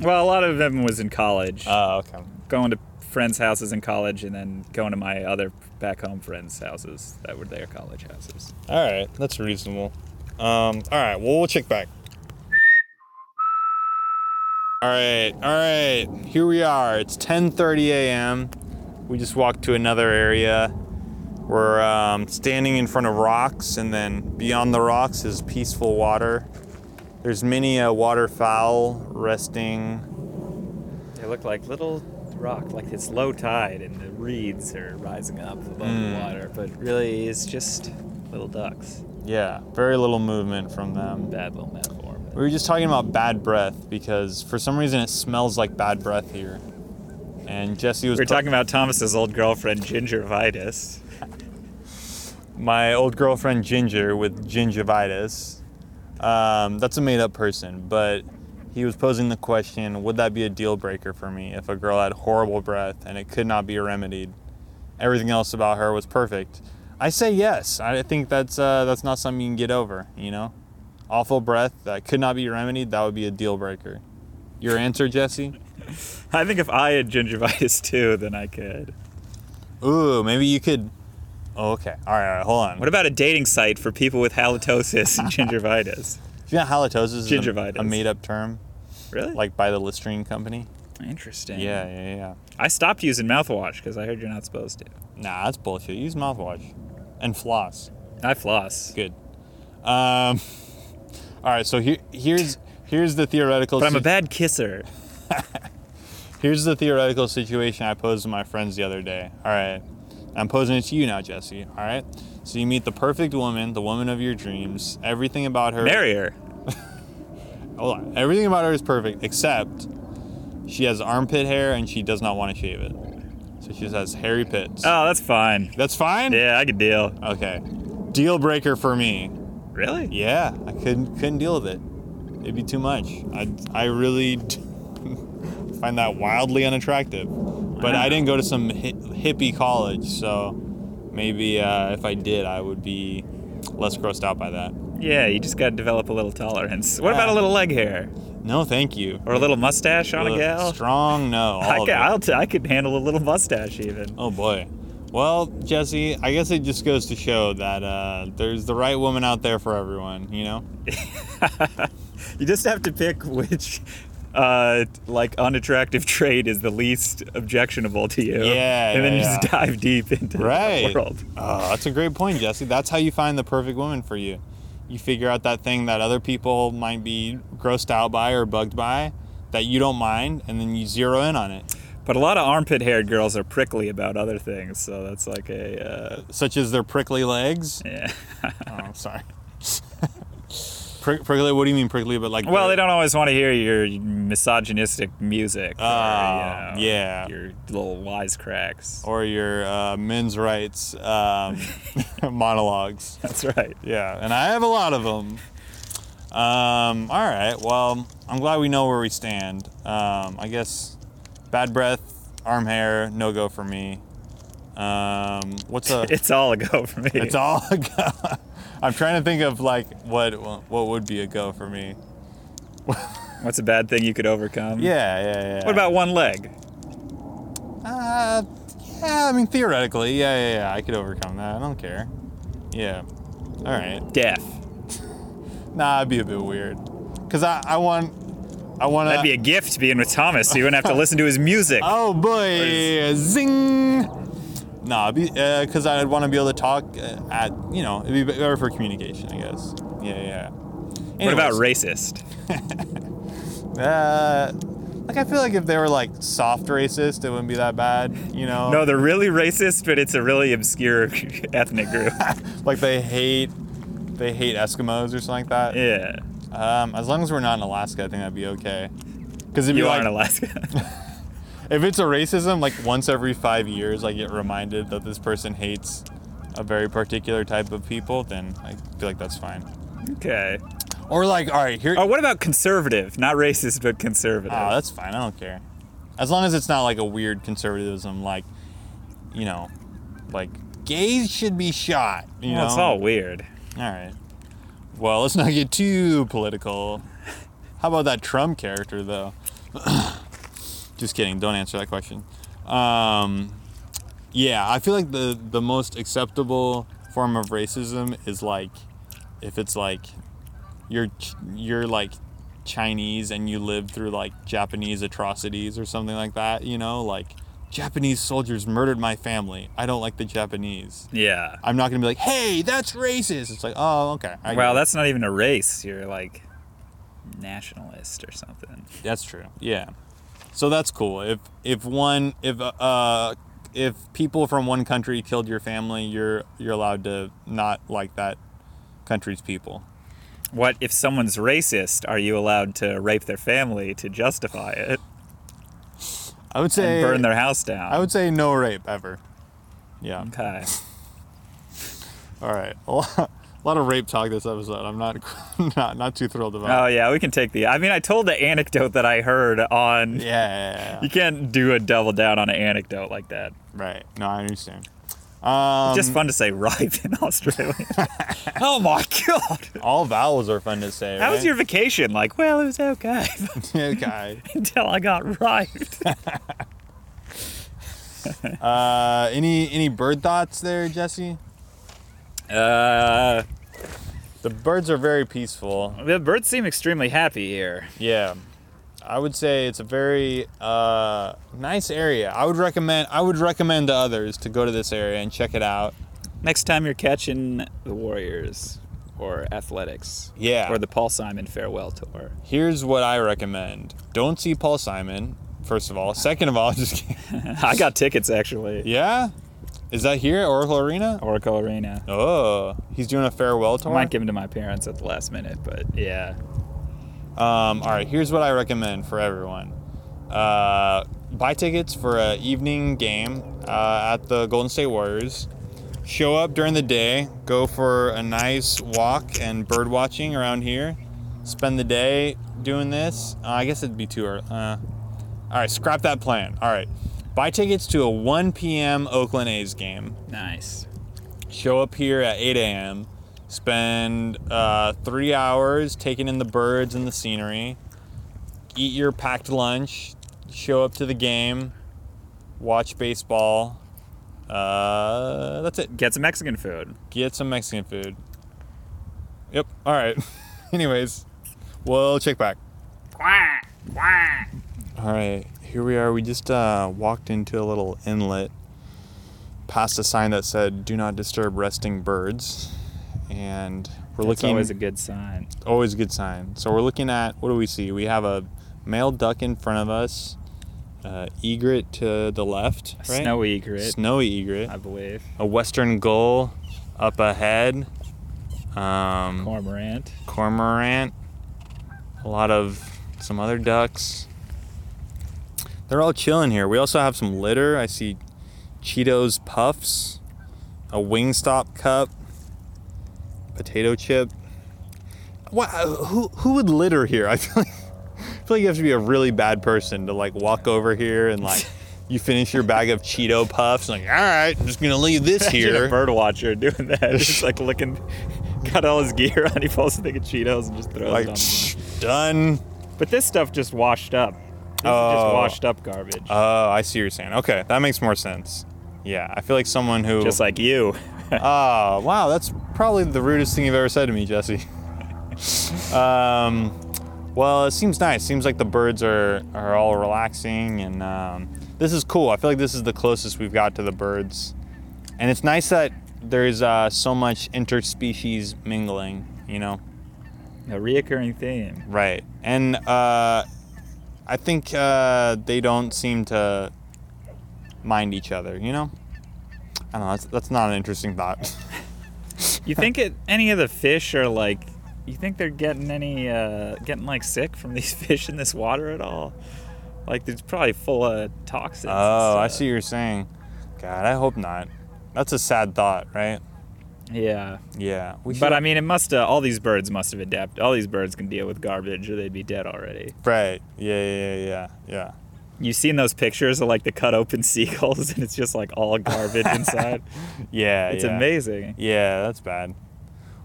B: Well, a lot of them was in college,
A: Oh, okay.
B: going to friends' houses in college, and then going to my other back home friends' houses that were their college houses.
A: All right, that's reasonable. Um, all right, well, we'll check back. All right, all right. Here we are. It's 10:30 a.m. We just walked to another area. We're um, standing in front of rocks, and then beyond the rocks is peaceful water. There's many a waterfowl resting.
B: They look like little rock, like it's low tide, and the reeds are rising up above
A: Hmm.
B: the water, but really it's just little ducks.
A: Yeah, very little movement from them.
B: Bad little metaphor.
A: We were just talking about bad breath because for some reason it smells like bad breath here. And Jesse was
B: We are talking about Thomas's old girlfriend, Ginger Vitus.
A: my old girlfriend Ginger with gingivitis. Um, that's a made up person, but he was posing the question would that be a deal breaker for me if a girl had horrible breath and it could not be remedied? Everything else about her was perfect. I say yes. I think that's uh, that's not something you can get over, you know? Awful breath that could not be remedied, that would be a deal breaker. Your answer, Jesse?
B: I think if I had gingivitis too, then I could.
A: Ooh, maybe you could. Oh, okay. All right, all right. Hold on.
B: What about a dating site for people with halitosis and gingivitis?
A: Do you know halitosis is a-
B: Gingivitis.
A: a, made-up term,
B: Really?
A: like by the Listerine company?
B: interesting.
A: Yeah, yeah, yeah.
B: I stopped using mouthwash because I heard you're not supposed to.
A: Nah, that's bullshit. Use mouthwash and floss.
B: I floss,
A: Good. Um, all right. So here, here's here's the theoretical.
B: but I'm a
A: sit-
B: bad kisser.
A: Here's the theoretical situation I posed to my friends the other day. All right. I'm posing it to you now, Jesse. All right. So you meet the perfect woman, the woman of your dreams. Everything about her.
B: Marry her.
A: Hold on. Everything about her is perfect except she has armpit hair and she does not want to shave it. So she just has hairy pits.
B: Oh, that's fine.
A: That's fine?
B: Yeah, I could deal.
A: Okay. Deal breaker for me.
B: Really?
A: Yeah, I couldn't couldn't deal with it. It'd be too much. I I really d- find that wildly unattractive. But I
B: Wow.
A: didn't go to some hi- hippie college, so maybe uh, if I did, I would be less grossed out by that.
B: Yeah, you just gotta develop a little tolerance. What about
A: Yeah.
B: a little leg hair
A: No, thank you.
B: or a little mustache on a
A: Ugh,
B: gal?
A: Strong, no. all
B: I
A: of it.
B: could, I'll t- I could handle a little mustache even.
A: Oh boy. Well, Jesse, I guess it just goes to show that uh, there's the right woman out there for everyone. You know.
B: You just have to pick which, uh, like unattractive trait is the least objectionable to you.
A: Yeah,
B: and then
A: yeah,
B: you just
A: yeah.
B: dive deep into
A: right.
B: the world.
A: Oh, that's a great point, Jesse. That's how you find the perfect woman for you. You figure out that thing that other people might be grossed out by or bugged by that you don't mind, and then you zero in on it,
B: But a lot of armpit-haired girls are prickly about other things, so that's like a uh,
A: such as their prickly legs.
B: yeah.
A: Oh, I'm sorry. Prick, prickly? What do you mean prickly? But like, they're-
B: well, they don't always want to hear your misogynistic music. Oh,
A: Oh, yeah.
B: Your little wisecracks.
A: or your uh, men's rights um, monologues.
B: That's right.
A: Yeah, and I have a lot of them. Um, all right. Well, I'm glad we know where we stand. Um, I guess bad breath, arm hair, no go for me. Um, what's a?
B: It's all a go for me.
A: it's all a go. I'm trying to think of like what what would be a go for me.
B: What's a bad thing you could overcome?
A: Yeah, yeah, yeah.
B: What about one leg?
A: Uh, yeah. I mean, theoretically, yeah, yeah, yeah. I could overcome that. I don't care. Yeah. All right.
B: Death.
A: Nah, I'd be a bit weird. Cause I I want I want to.
B: That'd be a gift being with Thomas. So you wouldn't have to listen to his music.
A: Oh boy, zing! Nah, because I'd want to be able to talk uh, at, you know, it'd be better for communication, I guess. Yeah, yeah.
B: what about
A: Anyways,
B: racist?
A: Uh, like, I feel like if they were, like, soft racist, it wouldn't be that bad, you know?
B: No, they're really racist, but it's a really obscure ethnic group.
A: Like, they hate, they hate Eskimos or something like that.
B: yeah.
A: Um, as long as we're not in Alaska, I think that'd be okay. Because if
B: You
A: you
B: are in
A: like,
B: Alaska.
A: if it's a racism, like once every five years, I get reminded that this person hates a very particular type of people, then I feel like that's fine.
B: okay.
A: Or like, all right, here.
B: Oh, what about conservative? Not racist, but conservative.
A: Ah, that's fine. I don't care. As long as it's not like a weird conservatism, like, you know, like gays should be shot. You
B: well,
A: know,
B: Oh, it's all weird.
A: all right. Well, let's not get too political. How about that Trump character, though? Just kidding. Don't answer that question. Um, yeah, I feel like the the most acceptable form of racism is like if it's like you're Ch- you're like Chinese and you live through like Japanese atrocities or something like that. You know, like Japanese soldiers murdered my family. I don't like the Japanese.
B: Yeah.
A: I'm not gonna be like, hey, that's racist. It's like, oh, okay. I get
B: Wow,
A: it."
B: that's not even a race. You're like nationalist or something.
A: that's true. Yeah. So that's cool. If if one if uh if people from one country killed your family, you're you're allowed to not like that country's people.
B: What if someone's racist? Are you allowed to rape their family to justify it
A: I would say
B: and burn their house down?
A: I would say no rape ever. Yeah.
B: Okay.
A: All right. A lot, a lot of rape talk this episode. I'm not not not too thrilled
B: Oh
A: about.
B: yeah, we can take the. I mean, I told the anecdote that I heard on.
A: it. Yeah, yeah, yeah, yeah.
B: You can't do a double down on an anecdote like that.
A: Right. No, I understand. Um,
B: Just fun to say ripe in Australia. oh my god.
A: all vowels are fun to say.
B: How was your vacation? Like, well, it was okay
A: your guy?
B: until I got ripe.
A: Uh, any any bird thoughts there, Jesse?
B: Uh,
A: The birds are very peaceful.
B: the birds seem extremely happy here.
A: Yeah, I would say it's a very uh, nice area. I would recommend I would recommend to others to go to this area and check it out.
B: Next time you're catching the Warriors or athletics,
A: Yeah.
B: or the Paul Simon farewell tour.
A: Here's what I recommend: don't see Paul Simon. First of all, second of all, just kidding.
B: I got tickets actually.
A: yeah, is that here at Oracle Arena?
B: Oracle Arena.
A: Oh, he's doing a farewell
B: I
A: tour.
B: might give them to my parents at the last minute, but yeah.
A: Um, all right, here's what I recommend for everyone: uh, buy tickets for an evening game uh, at the Golden State Warriors. Show up during the day. Go for a nice walk and bird watching around here. Spend the day doing this. Uh, I guess it'd be too early. Uh, all right, scrap that plan. All right, buy tickets to a 1 p.m. Oakland A's game
B: Nice.
A: show up here at 8 a.m., spend uh, three hours taking in the birds and the scenery, eat your packed lunch, show up to the game, watch baseball. Uh, that's it.
B: Get some Mexican food.
A: Get some Mexican food. Yep. All right. Anyways, we'll check back.
C: quack, quack.
A: All right, here we are. We just uh, walked into a little inlet past a sign that said, Do not disturb resting birds. And we're
B: That's
A: looking.
B: always a good sign.
A: always a good sign. So we're looking at what do we see? We have a male duck in front of us, uh, egret to the left, right?
B: Snow egret,
A: Snowy egret,
B: I believe.
A: a western gull up ahead, um,
B: Cormorant.
A: cormorant, a lot of some other ducks. They're all chilling here. We also have some litter. I see Cheetos puffs, a Wingstop cup, potato chip. What? Who who would litter here? I feel like I feel like you have to be a really bad person to like walk over here and like you finish your bag of Cheeto puffs and like all right, I'm just gonna leave this
B: Imagine
A: here.
B: a bird watcher doing that. Just like looking, got all his gear on. He pulls a thing of Cheetos and just throws
A: like
B: it on. The
A: done.
B: but this stuff just washed up. This is
A: Oh.
B: just washed up garbage.
A: Oh, I see what you're saying. Okay, that makes more sense. Yeah, I feel like someone who.
B: just like you.
A: Ah, wow, that's probably the rudest thing you've ever said to me, Jesse. um, well, it seems nice. Seems like the birds are are all relaxing, and um, this is cool. I feel like this is the closest we've got to the birds, and it's nice that there's uh, so much interspecies mingling. You know.
B: A reoccurring theme.
A: Right. And uh, I think uh, they don't seem to mind each other, you know? I don't know. That's, that's not an interesting thought.
B: You think it, any of the fish are like? You think they're getting any, uh, getting like sick from these fish in this water at all? Like it's probably full of toxins. and
A: oh, I
B: stuff.
A: see what you're saying. God, I hope not. That's a sad thought, right?
B: Yeah.
A: Yeah. We
B: But I mean, it must. Uh, all these birds must have adapted. All these birds can deal with garbage, or they'd be dead already.
A: Right. Yeah, yeah, yeah, yeah. Yeah.
B: You've seen those pictures of like the cut open seagulls, and it's just like all garbage inside.
A: Yeah.
B: It's
A: yeah.
B: amazing.
A: Yeah, that's bad.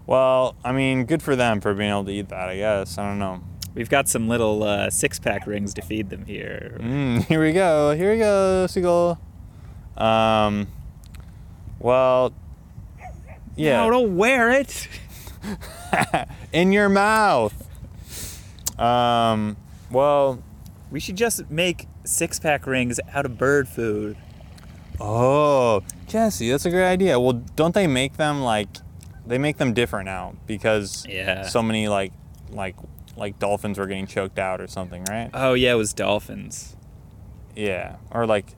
A: Well, I mean, good for them for being able to eat that, I guess. I don't know.
B: We've got some little uh, six pack rings to feed them here.
A: Mm, here we go. Here we go, seagull. Um, well, yeah,
B: No, don't wear it.
A: in your mouth. Um, well,
B: We should just make six pack rings out of bird food.
A: oh, Jesse, that's a great idea. Well, don't they make them like they make them different now because
B: Yeah.
A: so many like like like dolphins were getting choked out or something, right?
B: Oh yeah, it was dolphins.
A: Yeah, or like,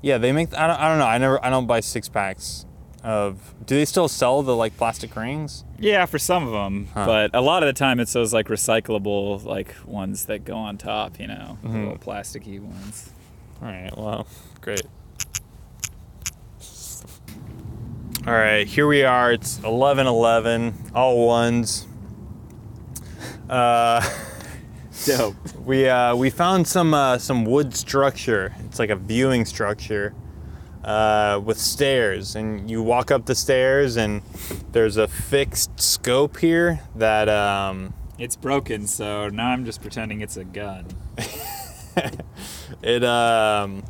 A: yeah, they make. I don't, I don't know. I never. I don't buy six packs of. Do they still sell the like plastic rings?
B: Yeah, for some of them,
A: Huh.
B: but a lot of the time it's those like recyclable like ones that go on top, you know, little plasticky ones.
A: All right. Well, great. All right, here we are. It's 11:11, all ones. Uh,
B: Dope.
A: we uh, we found some uh, some wood structure. It's like a viewing structure uh, with stairs, and you walk up the stairs, and there's a fixed scope here that um,
B: It's broken, so now I'm just pretending it's a gun.
A: it um,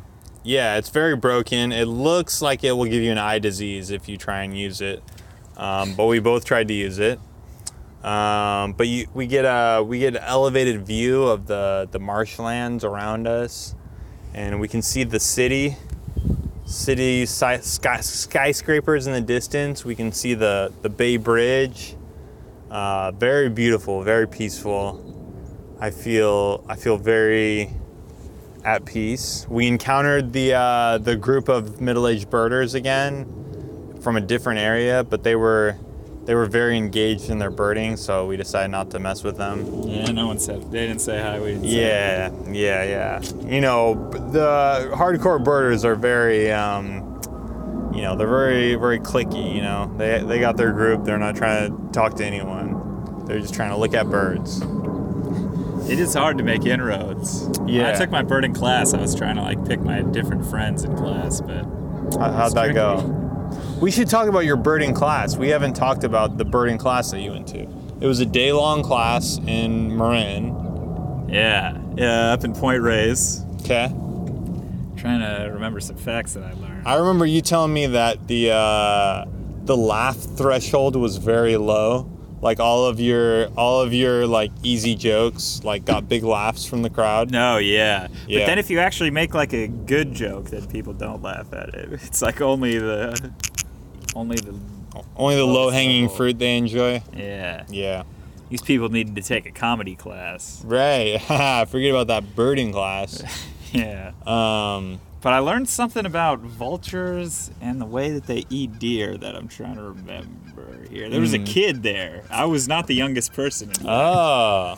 A: yeah, it's very broken. It looks like it will give you an eye disease if you try and use it, um, but we both tried to use it. Um, but you, we get a we get an elevated view of the the marshlands around us, and we can see the city, city sky, sky, skyscrapers in the distance. We can see the the Bay Bridge. Uh, very beautiful, very peaceful. I feel I feel very at peace. We encountered the uh, the group of middle-aged birders again from a different area, but they were they were very engaged in their birding, so we decided not to mess with them.
B: Yeah, no one said. They didn't say hi. We didn't say
A: Yeah, yeah, yeah. You know, b- the hardcore birders are very um, you know, they're very very clicky, you know. They they got their group, they're not trying to talk to anyone. They're just trying to look at birds.
B: It is hard to make inroads. When I
A: Yeah.
B: took my birding class. I was trying to like pick my different friends in class, but
A: How, how'd that
B: tricky.
A: go? We should talk about your birding class. We haven't talked about the birding class that you went to. It was a day long class in Marin.
B: yeah, yeah, up in Point Reyes.
A: Okay.
B: Trying to remember some facts that I learned.
A: I remember you telling me that the uh, the laugh threshold was very low. Like all of your all of your like easy jokes like got big laughs from the crowd.
B: No, yeah. But
A: Yeah.
B: then if you actually make like a good joke, then people don't laugh at it. It's like only the, only the,
A: Only the low hanging
B: Oh, so-
A: fruit they enjoy.
B: yeah.
A: Yeah.
B: These people needed to take a comedy class.
A: Right. Forget about that birding class.
B: Yeah.
A: Um,
B: But I learned something about vultures and the way that they eat deer that I'm trying to remember here. There was a kid there. I was not the youngest person. In
A: oh,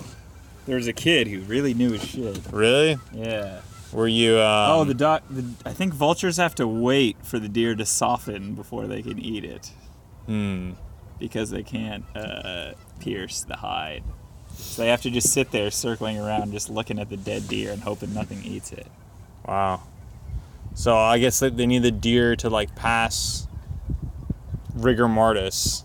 B: there was a kid who really knew his shit.
A: really?
B: Yeah.
A: Were you? Um,
B: oh, the doc. The, I think vultures have to wait for the deer to soften before they can eat it
A: Hmm.
B: because they can't uh, pierce the hide. So they have to just sit there circling around, just looking at the dead deer and hoping nothing eats it.
A: Wow. So I guess that they need the deer to like pass rigor mortis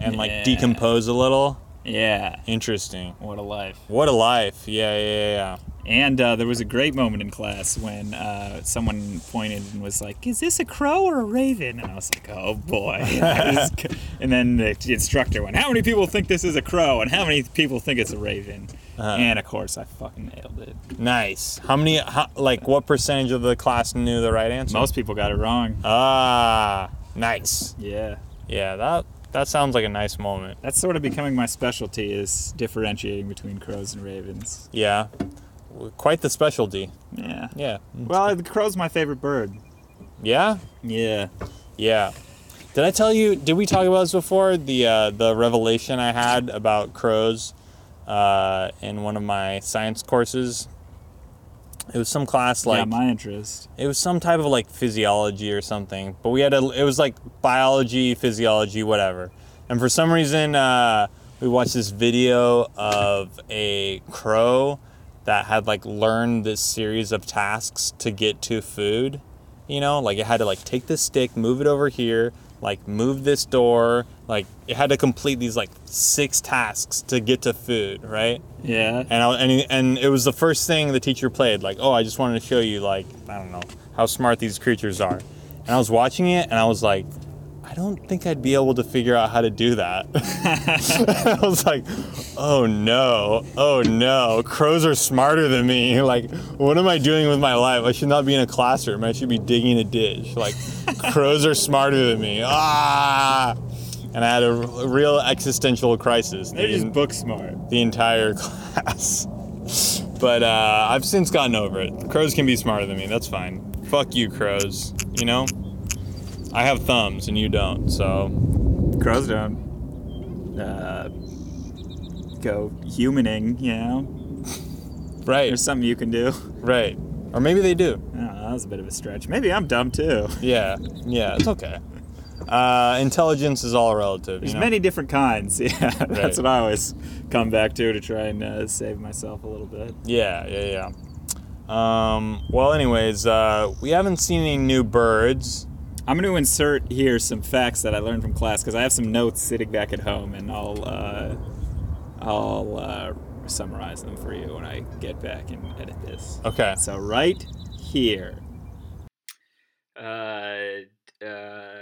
A: and
B: Yeah.
A: like decompose a little.
B: Yeah.
A: Interesting.
B: What a life.
A: What a life. Yeah, yeah, yeah.
B: And uh, there was a great moment in class when uh, someone pointed and was like, "Is this a crow or a raven?" And I was like, "Oh boy!" I was c- and then the instructor went, "How many people think this is a crow, and how many people think it's a raven?"
A: Uh-huh.
B: And of course, I fucking nailed it.
A: Nice. How many, how, like, what percentage of the class knew the right answer?
B: Most people got it wrong.
A: Ah, nice.
B: Yeah,
A: Yeah, that that sounds like a nice moment.
B: that's sort of becoming my specialty is differentiating between crows and ravens.
A: Yeah. Quite the specialty.
B: Yeah.
A: Yeah. Mm.
B: Well, the crow's my favorite bird.
A: Yeah?
B: Yeah.
A: Yeah. Did I tell you? Did we talk about this before? The uh, the revelation I had about crows uh, in one of my science courses. It was some class like
B: yeah, my interest.
A: it was some type of like physiology or something. But we had a it was like biology, physiology, whatever. And for some reason, uh, we watched this video of a crow that had like learned this series of tasks to get to food. You know, like it had to like take this stick, move it over here, like move this door, like it had to complete these like six tasks to get to food, right?
B: Yeah.
A: and I, and, and it was the first thing the teacher played like oh i just wanted to show you like i don't know how smart these creatures are and i was watching it and i was like i don't think i'd be able to figure out how to do that i was like oh no oh no crows are smarter than me like what am i doing with my life i should not be in a classroom i should be digging a ditch like crows are smarter than me ah and i had a r- real existential crisis
B: They're
A: the
B: just
A: en-
B: book smart.
A: the entire class. But uh, I've since gotten over it. Crows can be smarter than me. That's fine. Fuck you, crows. You know, I have thumbs and you don't. So
B: Crows don't uh, go humaning, you know?
A: right,
B: There's something you can do.
A: right, or maybe they do.
B: I don't know, that was a bit of a stretch. Maybe I'm dumb too.
A: Yeah, yeah, it's okay. Uh, intelligence is all relative.
B: There's
A: You know?
B: many different kinds. Yeah, that's
A: Right.
B: what I always come back to to try and uh, save myself a little bit.
A: Yeah, yeah, yeah. Um, well, anyways, uh, we haven't seen any new birds.
B: I'm going to insert here some facts that I learned from class because I have some notes sitting back at home, and I'll uh, I'll uh, summarize them for you when I get back and edit this.
A: Okay.
B: So right here. Uh, uh,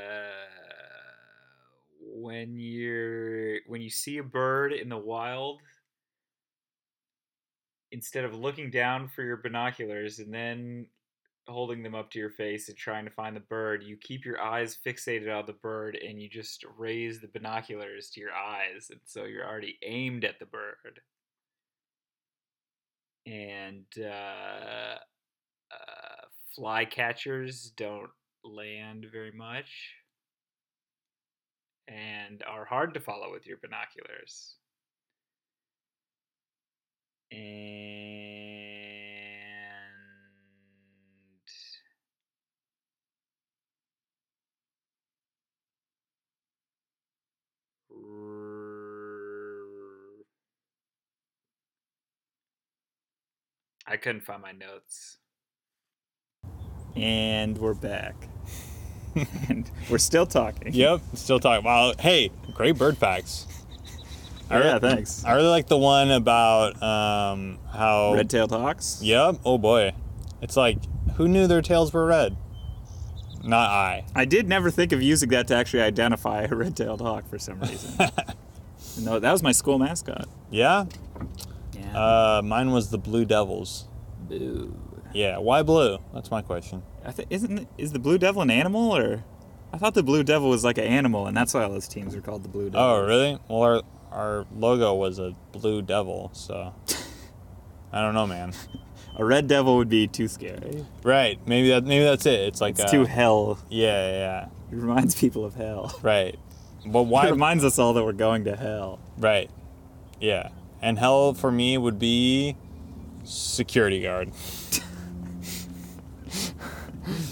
B: when you're when you see a bird in the wild, instead of looking down for your binoculars and then holding them up to your face and trying to find the bird, you keep your eyes fixated on the bird and you just raise the binoculars to your eyes, and so you're already aimed at the bird. And uh, uh, fly catchers don't land very much and are hard to follow with your binoculars. And R- I couldn't find my notes. And we're back. and we're still talking.
A: Yep. Still talking. Wow. Hey, great bird facts. I re-
B: Yeah, thanks.
A: I really like the one about um, how.
B: Red-tailed hawks.
A: Yep. Oh boy. It's like who knew their tails were red? Not I.
B: I did never think of using that to actually identify a red-tailed hawk for some reason. no, that was my school mascot.
A: Yeah.
B: Yeah.
A: Uh, mine was the Blue Devils.
B: Boo.
A: Yeah. Why blue? That's my question.
B: I th- isn't is the blue devil an animal or? I thought the blue devil was like an animal, and that's why all those teams were called the blue devil.
A: Oh, really? Well, our our logo was a blue devil, so I don't know, man.
B: A red devil would be too scary.
A: Right? Maybe that maybe that's it. It's like
B: It's
A: uh,
B: too hell.
A: Yeah, yeah, yeah.
B: It reminds people of hell.
A: Right. But
B: It
A: why?
B: reminds us all that we're going to hell.
A: right. Yeah. And hell for me would be security guard.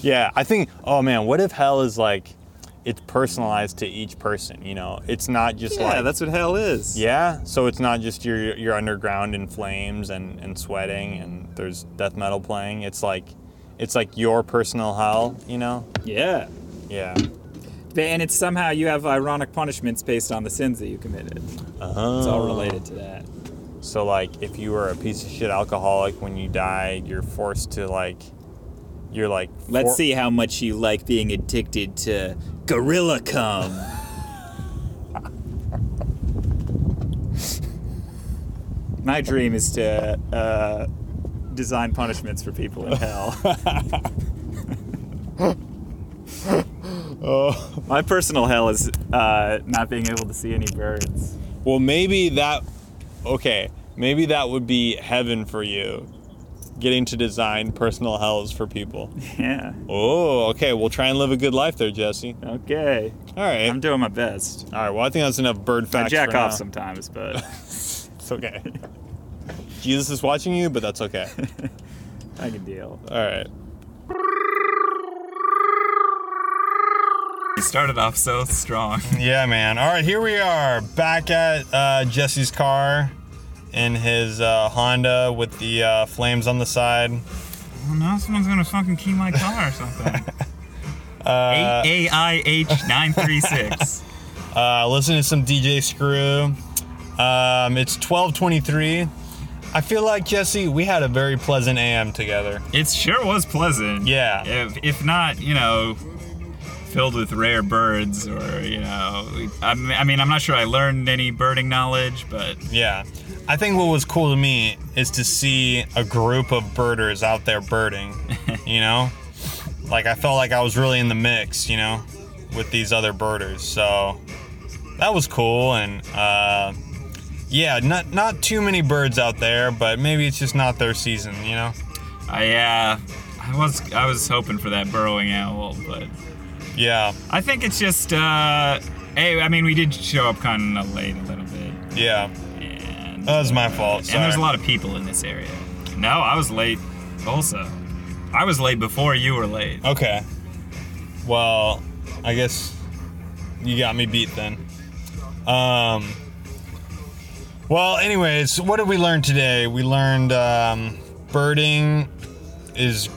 A: yeah, I think. Oh man, what if hell is like? It's personalized to each person. You know, it's not just
B: Yeah,
A: like
B: that's what hell is.
A: Yeah, so it's not just you're you're underground in flames and, and sweating and there's death metal playing. It's like it's like your personal hell, you know?
B: Yeah.
A: Yeah.
B: And it's somehow you have ironic punishments based on the sins that you committed.
A: Oh.
B: It's all related to that.
A: So like if you were a piece of shit alcoholic when you die, you're forced to like you're like
B: Let's
A: for-
B: see how much you like being addicted to gorilla cum. My dream is to uh, design punishments for people in hell.
A: Oh.
B: My personal hell is uh, not being able to see any birds.
A: Well, maybe that okay, maybe that would be heaven for you. Getting to design personal hells for people.
B: Yeah.
A: Oh, okay. We'll try and live a good life there, Jesse.
B: Okay.
A: All right.
B: I'm doing my best.
A: All right. Well, I think that's enough bird
B: I
A: facts.
B: jack
A: for
B: off
A: now.
B: sometimes, but
A: It's okay. Jesus is watching you, but that's okay.
B: I can deal.
A: All right.
B: You started off so strong.
A: Yeah, man. All right. Here we are back at uh, Jesse's car in his uh, Honda with the uh, flames on the side.
D: Well, now someone's gonna fucking key my car or something.
A: Uh,
B: AIH936.
A: uh, listen to some DJ Screw. Um, it's 12:23. I feel like Jesse, we had a very pleasant AM together.
B: it sure was pleasant.
A: Yeah.
B: If, if not, you know, filled with rare birds, or, you know, I mean, I mean, I'm not sure I learned any birding knowledge, but
A: Yeah. I think what was cool to me is to see a group of birders out there birding, you know? Like I felt like I was really in the mix, you know, with these other birders. So that was cool and uh yeah, not not too many birds out there, but maybe it's just not their season, you know.
B: I, uh, I was, I was hoping for that burrowing owl, but
A: Yeah.
B: I think it's just, uh, hey, I mean, we did show up kind of late a little bit,
A: Yeah.
B: and
A: That was my fault. Sorry.
B: And there's a lot of people in this area. No, I was late also. I was late before you were late.
A: Okay. Well, I guess you got me beat then. Um, well, anyways, what did we learn today? We learned um, birding is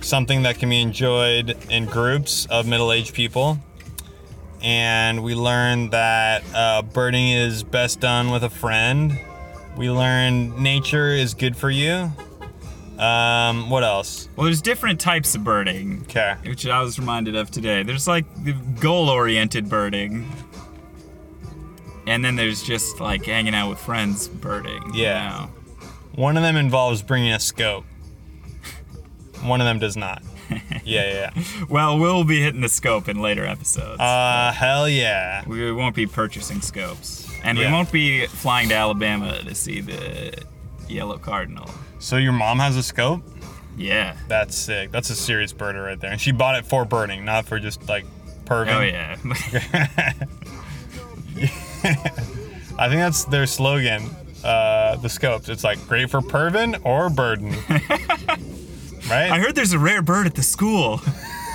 A: something that can be enjoyed in groups of middle aged people. And we learned that uh, birding is best done with a friend. We learned nature is good for you. Um, what else?
B: Well, there's different types of birding,
A: Okay.
B: which I was reminded of today. There's like the goal-oriented birding, and then there's just like hanging out with friends birding. you
A: Yeah.
B: know.
A: One of them involves bringing a scope. One of them does not. Yeah, yeah.
B: Well, we'll be hitting the scope in later episodes.
A: yeah. Uh, hell yeah.
B: we won't be purchasing scopes, and
A: Yeah.
B: we won't be flying to Alabama to see the yellow cardinal.
A: So your mom has a scope?
B: Yeah.
A: That's sick. That's a serious birder right there. And she bought it for birding, not for just like perving.
B: Oh yeah.
A: I think that's their slogan. Uh, the scopes. It's like great for pervin or birding. right?
B: I heard there's a rare bird at the school,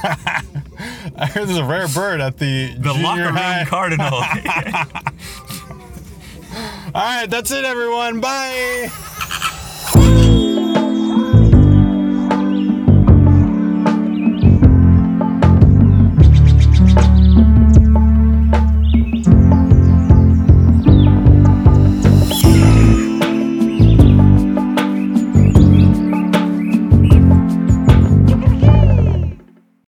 A: I heard there's a rare bird at the
B: the
A: junior
B: locker
A: high.
B: room cardinal.
A: All right, that's it, everyone. Bye.